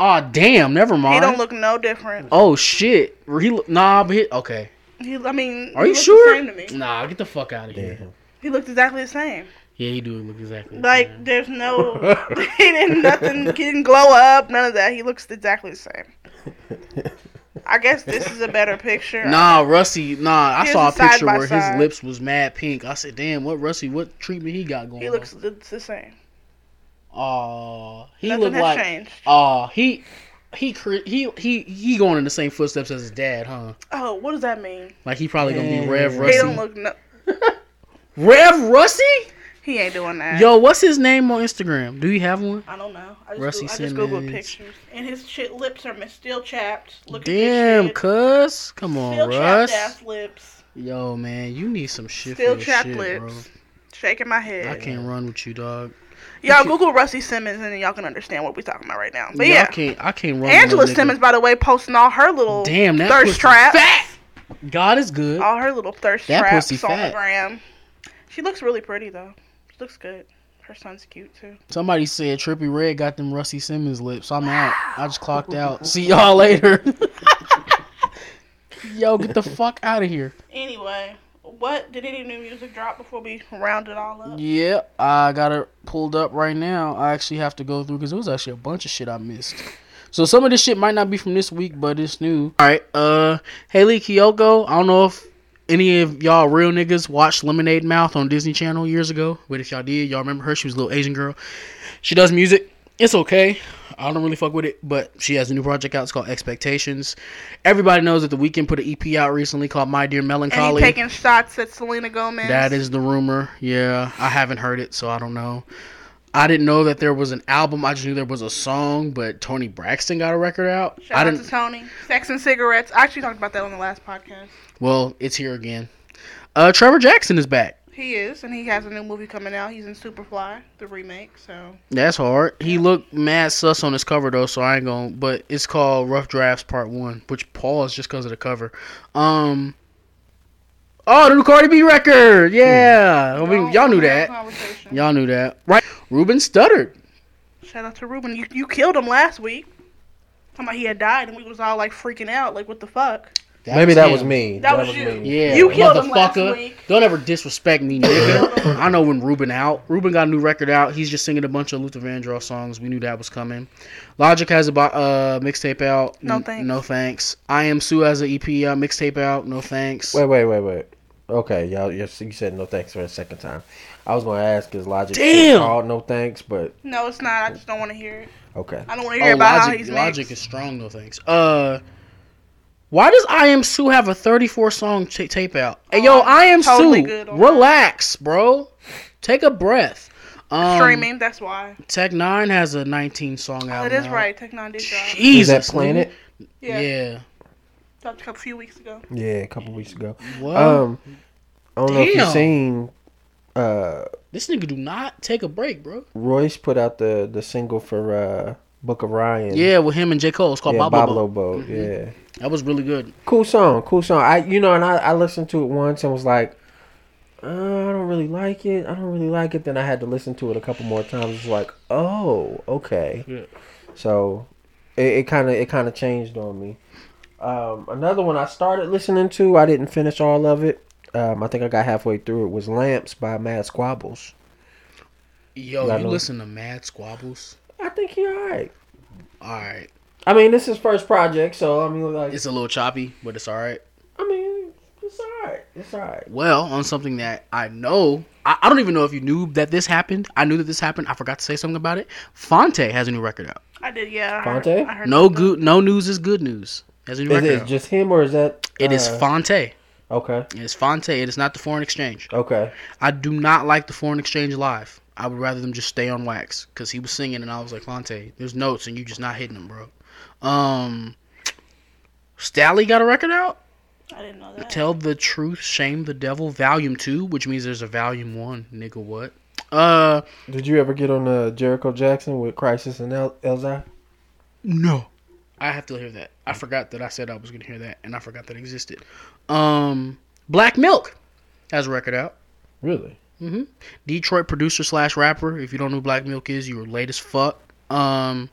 Speaker 3: Aw, damn. Never mind.
Speaker 1: He don't look no different.
Speaker 3: Oh shit! He look- nah, but he, okay.
Speaker 1: He, I mean,
Speaker 3: Are
Speaker 1: he
Speaker 3: you
Speaker 1: looked
Speaker 3: sure?
Speaker 1: The same to me.
Speaker 3: Nah, get the fuck out of here.
Speaker 2: Damn.
Speaker 1: He looked exactly the same.
Speaker 3: Yeah, he do look exactly the
Speaker 1: Like
Speaker 3: same.
Speaker 1: there's no, he didn't nothing. He didn't glow up. None of that. He looks exactly the same. I guess this is a better picture.
Speaker 3: Nah, Rusty. Nah, I
Speaker 1: Here's
Speaker 3: saw a
Speaker 1: the side
Speaker 3: picture
Speaker 1: by
Speaker 3: where his
Speaker 1: side.
Speaker 3: lips was mad pink. I said, "Damn, what Rusty? What treatment he got going?"
Speaker 1: he looks the, the same.
Speaker 3: On? Aw, he
Speaker 1: nothing
Speaker 3: looked
Speaker 1: has
Speaker 3: like.
Speaker 1: changed.
Speaker 3: Aw, he. He, cre- he he he going in the same footsteps as his dad, huh?
Speaker 1: Oh, what does that mean?
Speaker 3: Like he probably gonna be
Speaker 2: Yeah.
Speaker 3: Rev
Speaker 2: He
Speaker 1: He
Speaker 3: Rusty.
Speaker 1: don't look no.
Speaker 3: Rev Rusty?
Speaker 1: He ain't doing that.
Speaker 3: Yo, what's his name on Instagram? Do you have one?
Speaker 1: I don't know. I just,
Speaker 3: Rusty
Speaker 1: Goo- I just googled
Speaker 3: Simmons.
Speaker 1: pictures, and his shit lips are mis- still chapped. Look
Speaker 3: Damn,
Speaker 1: at this shit.
Speaker 3: cuz. Come on,
Speaker 1: still
Speaker 3: Russ.
Speaker 1: chapped ass lips.
Speaker 3: Yo, man, you need some shit.
Speaker 1: Still
Speaker 3: for your
Speaker 1: chapped
Speaker 3: shit,
Speaker 1: lips.
Speaker 3: Bro.
Speaker 1: Shaking my
Speaker 3: I
Speaker 1: head.
Speaker 3: can't run with you, dog.
Speaker 1: Y'all
Speaker 3: can't-
Speaker 1: Google Rusty Simmons and y'all can understand what we're talking about right now. But
Speaker 3: Y'all
Speaker 1: yeah,
Speaker 3: can't. I can't run. with
Speaker 1: Angela
Speaker 3: no nigga.
Speaker 1: Simmons, by the way, posting all her little
Speaker 3: Damn, that
Speaker 1: thirst
Speaker 3: pussy
Speaker 1: trap, Oh.
Speaker 3: fat. God is good.
Speaker 1: all her little thirst
Speaker 3: That
Speaker 1: traps
Speaker 3: pussy
Speaker 1: on
Speaker 3: fat.
Speaker 1: the gram. She looks really pretty though. She looks good. Her son's cute too.
Speaker 3: Somebody said Trippy Red got them Rusty Simmons lips. I'm out. I just clocked out. See y'all later. Yo, get the fuck out of here.
Speaker 1: Anyway, what did any new music drop before we round it all up?
Speaker 3: Yeah, I got it pulled up right now. I actually have to go through because it was actually a bunch of shit I missed. So some of this shit might not be from this week, but it's new. All right, uh, Haley Kiyoko. I don't know if any of y'all real niggas watched Lemonade Mouth on Disney Channel years ago, but if y'all did, y'all remember her. She was a little Asian girl. She does music. It's okay. I don't really fuck with it, but she has a new project out. It's called Expectations. Everybody knows that The Weeknd put an EP out recently called My Dear
Speaker 1: And he
Speaker 3: Melancholy.
Speaker 1: taking shots at Selena Gomez.
Speaker 3: That is the rumor. Yeah, I haven't heard it, so I don't know. I didn't know that there was an album. I just knew there was a song, but Tony Braxton got a record out.
Speaker 1: Shout
Speaker 3: I
Speaker 1: out
Speaker 3: didn't.
Speaker 1: to Tony. Sex and cigarettes. I actually talked about that on the last podcast.
Speaker 3: well, it's here again. Uh, Trevor Jackson is back.
Speaker 1: He is, and he has a new movie coming out. He's in Superfly, the remake. So
Speaker 3: That's hard. He looked mad sus on his cover though, so I ain't going. to But it's called Rough Drafts Part One, which paused just because of the cover. Um. Oh, the new Cardi B record.
Speaker 1: Hmm.
Speaker 3: Yeah, I mean,
Speaker 1: Don't
Speaker 3: y'all knew
Speaker 1: have
Speaker 3: that.
Speaker 1: conversation.
Speaker 3: Y'all knew that, right? Ruben Studdard.
Speaker 1: Shout out to Ruben. You you killed him last week. Talking about he had died, and we was all like freaking out, like what the fuck?
Speaker 2: Maybe that
Speaker 3: him.
Speaker 2: was me.
Speaker 1: That was you.
Speaker 2: me.
Speaker 3: Yeah,
Speaker 1: You killed him last
Speaker 3: motherfucker.
Speaker 1: week.
Speaker 3: Don't ever disrespect me, nigga. I know when Ruben out. Ruben got a new record out. He's just singing a bunch of Luther Vandross songs. We knew that was coming. Logic has a bo- uh, mixtape out.
Speaker 1: No
Speaker 3: N-
Speaker 1: thanks.
Speaker 3: No thanks. I am Sue has an EP out, uh, mixtape out. No thanks.
Speaker 2: Wait, wait, wait, wait. Okay, y'all. You you said no thanks for the second time. I was gonna ask is Logic
Speaker 3: Damn.
Speaker 2: called no thanks, but
Speaker 1: No, it's not. I just don't want to hear it.
Speaker 2: okay.
Speaker 1: I don't want to hear
Speaker 3: oh,
Speaker 1: about how
Speaker 3: Logic,
Speaker 1: he's
Speaker 3: Logic
Speaker 1: Logic
Speaker 3: is strong. No thanks. Uh. Why does I Am Sue have a 34 song ta- tape out? Hey,
Speaker 1: Oh,
Speaker 3: yo, I Am
Speaker 1: totally
Speaker 3: Sue,
Speaker 1: good on that.
Speaker 3: relax, bro. Take a breath. Um,
Speaker 1: streaming. That's why.
Speaker 3: Tech Nine has a 19 song
Speaker 1: Oh,
Speaker 3: album.
Speaker 1: it is
Speaker 3: out.
Speaker 1: right. Tech Nine did drop.
Speaker 3: Jesus,
Speaker 2: was that Planet?
Speaker 1: Yeah,
Speaker 3: Yeah.
Speaker 1: dropped a couple few weeks ago.
Speaker 2: Yeah, a couple weeks ago.
Speaker 3: What?
Speaker 2: Um, I don't know if you've
Speaker 3: Damn.
Speaker 2: seen. Uh,
Speaker 3: this nigga do not take a break, bro.
Speaker 2: Royce put out the the single for uh, Book of Ryan.
Speaker 3: Yeah, with him and J Cole, it's called Mm-hmm.
Speaker 2: yeah,
Speaker 3: Bob
Speaker 2: Bob
Speaker 3: Bobo.
Speaker 2: Lobo. Yeah,
Speaker 3: That was really good.
Speaker 2: cool song, cool song. I you know, and I, I listened to it once and was like, uh, I don't really like it. I don't really like it. Then I had to listen to it a couple more times. It's like, oh, okay.
Speaker 3: Yeah.
Speaker 2: So it kind of it kind of changed on me. Um, another one I started listening to. I didn't finish all of it. Um, I think I got halfway through it. Was Lamps by Mad Squabbles.
Speaker 3: Yo,
Speaker 2: Yeah, I
Speaker 3: you
Speaker 2: know.
Speaker 3: listen to Mad Squabbles?
Speaker 2: I think he alright.
Speaker 3: All right,
Speaker 2: I mean, this is first project, so I mean, like,
Speaker 3: it's a little choppy, but it's all right.
Speaker 2: I mean, it's alright. It's alright.
Speaker 3: Well, on something that I know, I, I don't even know if you knew that this happened. I knew that this happened. I forgot to say something about it. Fonte has a new record out.
Speaker 1: I did. Yeah. I heard,
Speaker 2: Fonte?
Speaker 1: I heard
Speaker 3: No
Speaker 1: about
Speaker 3: good, no news is good news. Has a new
Speaker 2: Is
Speaker 3: record.
Speaker 2: it
Speaker 3: out.
Speaker 2: just him or is that?
Speaker 3: it is
Speaker 2: uh,
Speaker 3: Fonte. It
Speaker 2: Okay.
Speaker 3: is Fonte. It is not the foreign exchange.
Speaker 2: Okay.
Speaker 3: I do not like the foreign exchange live. I would rather them just stay on wax because he was singing and I was like, Fonte, there's notes and you just not hitting them, bro. Um, Stally got a record out.
Speaker 1: that. I didn't know that.
Speaker 3: Tell the truth, shame the devil, volume two, which means there's a volume one, nigga. What? Uh,
Speaker 2: Did you ever get on uh, Jericho Jackson with Crisis and El- Elzai?
Speaker 3: no. I have to hear that. I forgot that I said I was gonna hear that, and I forgot that existed. Um, Black Milk has a record out.
Speaker 2: Really?
Speaker 3: hmm Detroit producer slash rapper. If you don't know who Black Milk is, you're late as fuck. Um,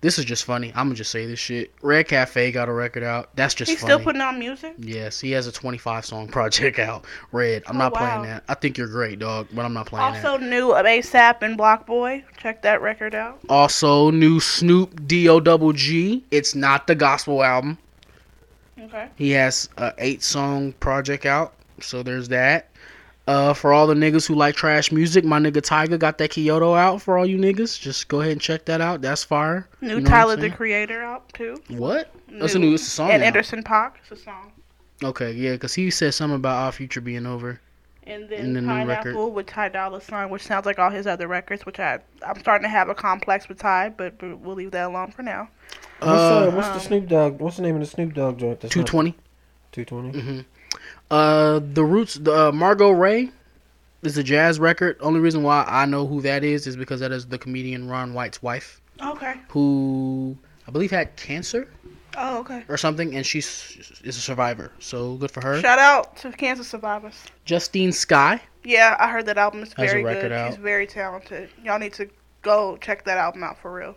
Speaker 3: this is just funny. I'm gonna just say this shit. Red Cafe got a record out. That's just
Speaker 1: He's
Speaker 3: funny.
Speaker 1: still putting out music.
Speaker 3: yes, he has a 25 song project out. Red, I'm
Speaker 1: Oh,
Speaker 3: not
Speaker 1: wow.
Speaker 3: playing that. I think you're great, dog, but I'm not playing that.
Speaker 1: Also new of ASAP and Block Boy. Check that record out.
Speaker 3: Also, new Snoop D-O double G. It's not the gospel album.
Speaker 1: Okay.
Speaker 3: He has a eight song project out, so there's that. Uh, for all the niggas who like trash music, my nigga Tiger got that Kyoto out for all you niggas. Just go ahead and check that out. That's fire.
Speaker 1: New
Speaker 3: You know what
Speaker 1: Tyler
Speaker 3: I'm
Speaker 1: the
Speaker 3: saying?
Speaker 1: Creator out too.
Speaker 3: What? That's a new it's a song.
Speaker 1: And
Speaker 3: now.
Speaker 1: Anderson Paak. It's a song.
Speaker 3: okay, yeah, because he said something about our future being over.
Speaker 1: And
Speaker 3: And
Speaker 1: then
Speaker 3: the new
Speaker 1: Pineapple with Ty Dolla Sign, which sounds like all his other records, which I I'm starting to have a complex with Ty, but, but we'll leave that alone for now.
Speaker 2: What's, uh,
Speaker 3: Uh,
Speaker 2: what's the
Speaker 1: um,
Speaker 2: Snoop Dogg? What's the name of the Snoop Dogg joint?
Speaker 3: Two twenty.
Speaker 2: Two twenty.
Speaker 3: Uh, the Roots, the uh, Margot Ray It's a jazz record. Only reason why I know who that is is because that is the comedian Ron White's wife,
Speaker 1: Okay.
Speaker 3: who I believe had cancer
Speaker 1: Oh, okay.
Speaker 3: or something, and she's is a survivor. So good for her.
Speaker 1: Shout out to cancer survivors.
Speaker 3: Justine Sky.
Speaker 1: Yeah, I heard that album is
Speaker 3: Has a
Speaker 1: very
Speaker 3: record
Speaker 1: good.
Speaker 3: out.
Speaker 1: She's very talented. Y'all need to go check that album out for real.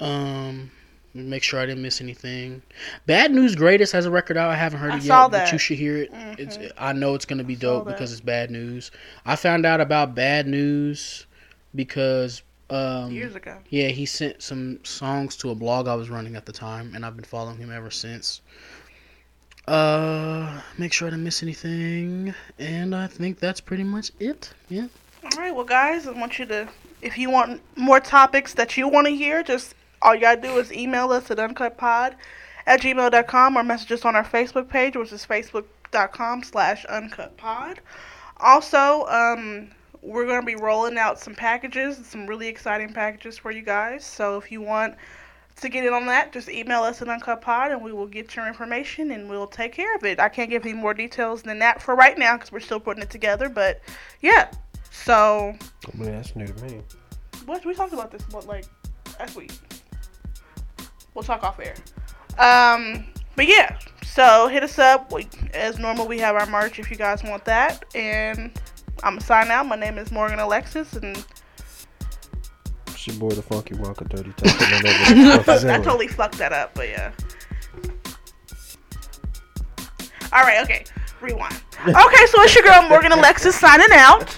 Speaker 3: Um, let me make sure I didn't miss anything. Bad News Greatest has a record out. I haven't heard it
Speaker 1: I
Speaker 3: yet,
Speaker 1: saw
Speaker 3: but
Speaker 1: that. Mm-hmm.
Speaker 3: you should hear it. It's I know it's gonna be
Speaker 1: saw
Speaker 3: dope
Speaker 1: that.
Speaker 3: because it's Bad News. I found out about Bad News because um
Speaker 1: Years ago.
Speaker 3: yeah he sent some songs to a blog I was running at the time, and I've been following him ever since. Uh, make sure I didn't miss anything, and I think that's pretty much it. Yeah.
Speaker 1: All right, well, guys, I want you to, if you want more topics that you want to hear, just all you gotta do is email us at uncutpod at gmail.com or message us on our Facebook page, which is facebook.com slash uncutpod. Also, um, we're gonna be rolling out some packages, some really exciting packages for you guys. So if you want to get in on that, just email us at uncutpod and we will get your information and we'll take care of it. I can't give any more details than that for right now because we're still putting it together, but yeah. So,
Speaker 2: I mean, that's new to me.
Speaker 1: what we talked about this, but like last week, we'll talk off air. Um, but yeah, so hit us up. We, as normal, we have our merch if you guys want that. And I'm gonna sign out. My name is Morgan Alexis, and
Speaker 2: It's your boy, the Funky Walker, Dirty Talk. I
Speaker 1: I totally fucked that up, but yeah. All right, okay, rewind. Okay, so it's your girl Morgan Alexis signing out.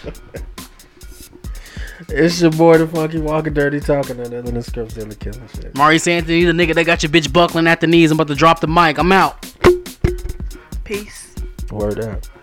Speaker 2: It's your boy, the Funky Walker, Dirty Talking, and then the script's in the killing shit.
Speaker 3: Maurice Anthony, the nigga that got your bitch buckling at the knees. I'm about to drop the mic. I'm out.
Speaker 1: Peace.
Speaker 2: Word up.